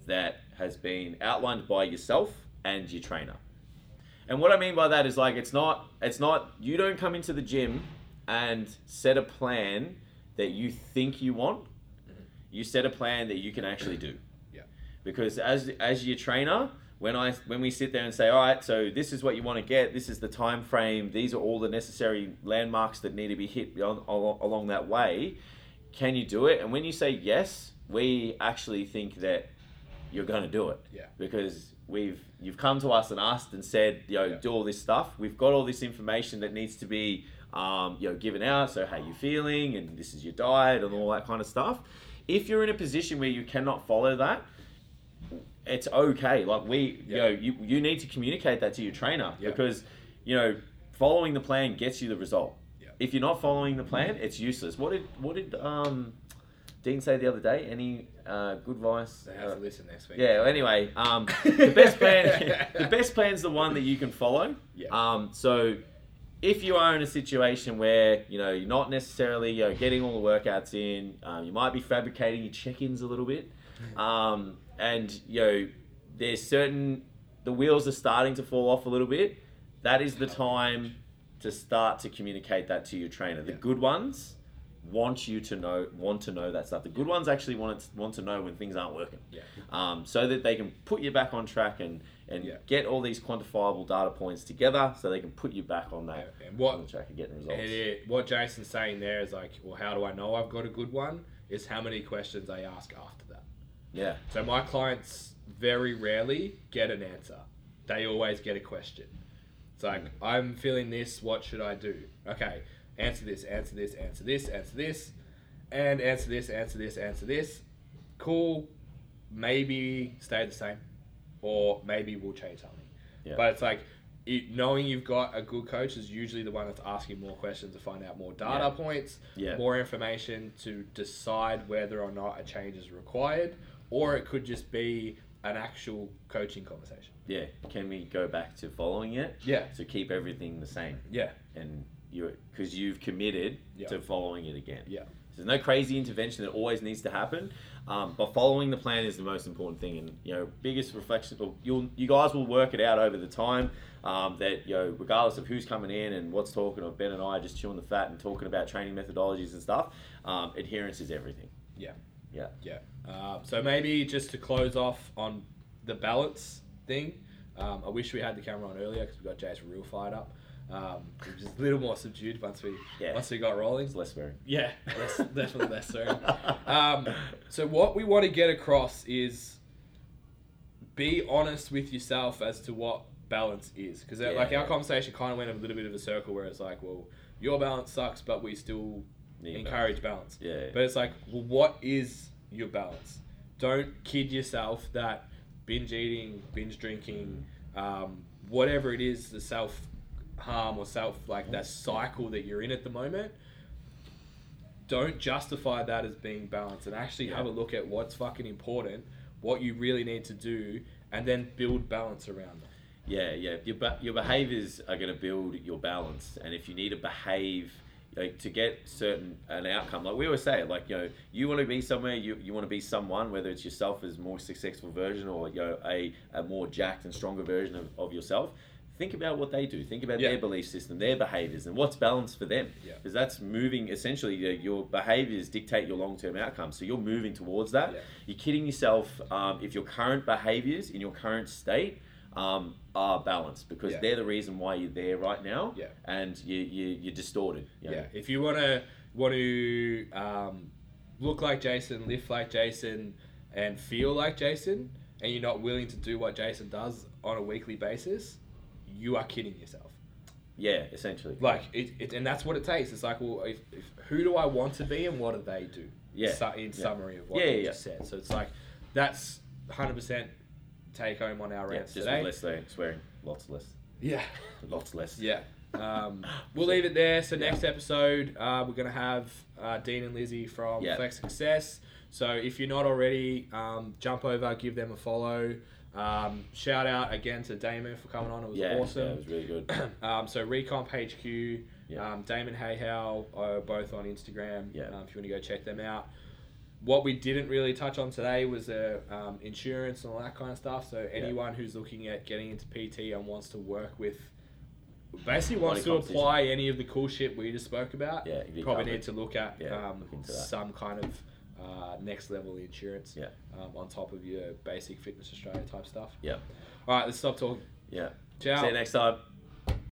Speaker 2: that has been outlined by yourself and your trainer. And what I mean by that is like it's not it's not you don't come into the gym and set a plan that you think you want. You set a plan that you can actually do because as as your trainer when i when we sit there and say all right so this is what you want to get this is the time frame these are all the necessary landmarks that need to be hit on, along, along that way can you do it and when you say yes we actually think that you're going to do it
Speaker 1: Yeah.
Speaker 2: because we've you've come to us and asked and said you know
Speaker 1: Yeah.
Speaker 2: do all this stuff we've got all this information that needs to be um, you know given out so how you feeling and this is your diet and all that kind of stuff if you're in a position where you cannot follow that it's okay. Like we,
Speaker 1: Yeah.
Speaker 2: you know, you, you need to communicate that to your trainer
Speaker 1: Yeah.
Speaker 2: because, you know, following the plan gets you the result.
Speaker 1: Yeah.
Speaker 2: If you're not following the plan, it's useless. What did what did um, Dean say the other day? Any uh, good advice?
Speaker 1: They have
Speaker 2: Uh,
Speaker 1: to listen next week.
Speaker 2: yeah. well, Anyway, um, the best plan, the best plan's the one that you can follow.
Speaker 1: Yeah.
Speaker 2: Um, so, if you are in a situation where you know you're not necessarily you know, getting all the workouts in, um, you might be fabricating your check-ins a little bit,
Speaker 1: Mm-hmm.
Speaker 2: um, and you know there's certain the wheels are starting to fall off a little bit. That is the time to start to communicate that to your trainer. The
Speaker 1: Yeah.
Speaker 2: good ones want you to know want to know that stuff. The good ones actually want to, want to know when things aren't working
Speaker 1: Yeah.
Speaker 2: um, so that they can put you back on track and, and
Speaker 1: Yeah.
Speaker 2: get all these quantifiable data points together so they can put you back on that
Speaker 1: And what-
Speaker 2: on the track and getting results.
Speaker 1: And it, what Jason's saying there is like, well, how do I know I've got a good one? Is how many questions I ask after that.
Speaker 2: Yeah,
Speaker 1: So my clients very rarely get an answer. They always get a question. It's like,
Speaker 2: Hmm.
Speaker 1: I'm feeling this, what should I do? Okay, answer this, answer this, answer this, answer this, and answer this, answer this, answer this. Cool. Maybe stay the same. Or maybe we'll change something.
Speaker 2: Yeah.
Speaker 1: But it's like it, knowing you've got a good coach is usually the one that's asking more questions to find out more data
Speaker 2: Yeah.
Speaker 1: points,
Speaker 2: Yeah.
Speaker 1: more information to decide whether or not a change is required, or it could just be an actual coaching conversation.
Speaker 2: yeah. Can we go back to following it?
Speaker 1: Yeah,
Speaker 2: So keep everything the same,
Speaker 1: yeah,
Speaker 2: and you because you've committed
Speaker 1: Yeah.
Speaker 2: to following it again.
Speaker 1: yeah,
Speaker 2: There's no crazy intervention that always needs to happen, um, but following the plan is the most important thing. And you know, biggest reflection. well, You'll you guys will work it out over the time. Um, that you know, regardless of who's coming in and what's talking, or Ben and I just chewing the fat and talking about training methodologies and stuff. Um, adherence is everything.
Speaker 1: yeah,
Speaker 2: Yeah.
Speaker 1: yeah. Uh, so maybe just to close off on the balance thing, um, I wish we had the camera on earlier because we got Jay's real fired up. Um, it was just a little more subdued once we
Speaker 2: Yeah.
Speaker 1: once we got rolling.
Speaker 2: It's less wearing.
Speaker 1: Yeah, less, definitely less so. Um, so what we want to get across is be honest with yourself as to what balance is, because
Speaker 2: Yeah.
Speaker 1: like our conversation kind of went a little bit of a circle where it's like, well, your balance sucks, but we still
Speaker 2: Need
Speaker 1: encourage balance.
Speaker 2: Yeah, yeah.
Speaker 1: But it's like, well, what is your balance? Don't kid yourself that binge eating, binge drinking, um, whatever it is, the self harm or self like that cycle that you're in at the moment. Don't justify that as being balanced, and actually
Speaker 2: Yeah.
Speaker 1: have a look at what's fucking important, what you really need to do, and then build balance around that.
Speaker 2: Yeah, yeah. Your ba- your behaviors are going to build your balance, and if you need to behave like to get certain an outcome, like we always say, like you know, you want to be somewhere, you you want to be someone, whether it's yourself as more successful version or you know a a more jacked and stronger version of, of yourself. Think about what they do. Think about
Speaker 1: Yeah.
Speaker 2: their belief system, their behaviors, and what's balanced for them.
Speaker 1: Yeah.
Speaker 2: Because that's moving essentially. Your, your behaviors dictate your long term outcome. So you're moving towards that.
Speaker 1: Yeah.
Speaker 2: You're kidding yourself um, if your current behaviors in your current state um, are balanced because
Speaker 1: Yeah.
Speaker 2: they're the reason why you're there right now
Speaker 1: Yeah.
Speaker 2: and you, you, you're distorted. you know.
Speaker 1: Yeah. If you want to want to um, look like Jason, lift like Jason, and feel like Jason, and you're not willing to do what Jason does on a weekly basis, you are kidding yourself.
Speaker 2: Yeah, essentially.
Speaker 1: Like it, it and that's what it takes. It's like, well, if, if, who do I want to be, and what do they do?
Speaker 2: Yeah.
Speaker 1: Su- in
Speaker 2: Yeah.
Speaker 1: summary of what
Speaker 2: Yeah,
Speaker 1: I
Speaker 2: yeah, yeah.
Speaker 1: just said. So it's like that's 100 percent take home on our
Speaker 2: yeah,
Speaker 1: rants
Speaker 2: just with
Speaker 1: today.
Speaker 2: less swearing- swearing. Lots less.
Speaker 1: Yeah.
Speaker 2: Lots less.
Speaker 1: Yeah. Um, we'll leave it there. So next episode, uh, we're gonna have uh, Dean and Lizzie from
Speaker 2: Yeah.
Speaker 1: Flex Success. So if you're not already, um, jump over, give them a follow. Um, shout out again to Damon for coming on. It was
Speaker 2: Yeah, yeah, it
Speaker 1: awesome.
Speaker 2: was really good.
Speaker 1: um, so Recomp HQ,
Speaker 2: Yeah.
Speaker 1: um, Damon Hayhow are both on Instagram.
Speaker 2: Yeah.
Speaker 1: Um, if you want to go check them out. What we didn't really touch on today was uh, um, insurance and all that kind of stuff. So anyone who's looking at getting into PT and wants to work with, basically wants to
Speaker 2: Body composition.
Speaker 1: apply any of the cool shit we just spoke about,
Speaker 2: Yeah, you'd be
Speaker 1: probably
Speaker 2: covered.
Speaker 1: need to look at
Speaker 2: Yeah,
Speaker 1: um,
Speaker 2: look into that.
Speaker 1: some kind of uh, next level insurance
Speaker 2: Yeah.
Speaker 1: um, on top of your basic Fitness Australia type stuff.
Speaker 2: yeah.
Speaker 1: All right, let's stop talking.
Speaker 2: Yeah.
Speaker 1: Ciao.
Speaker 2: See you next time.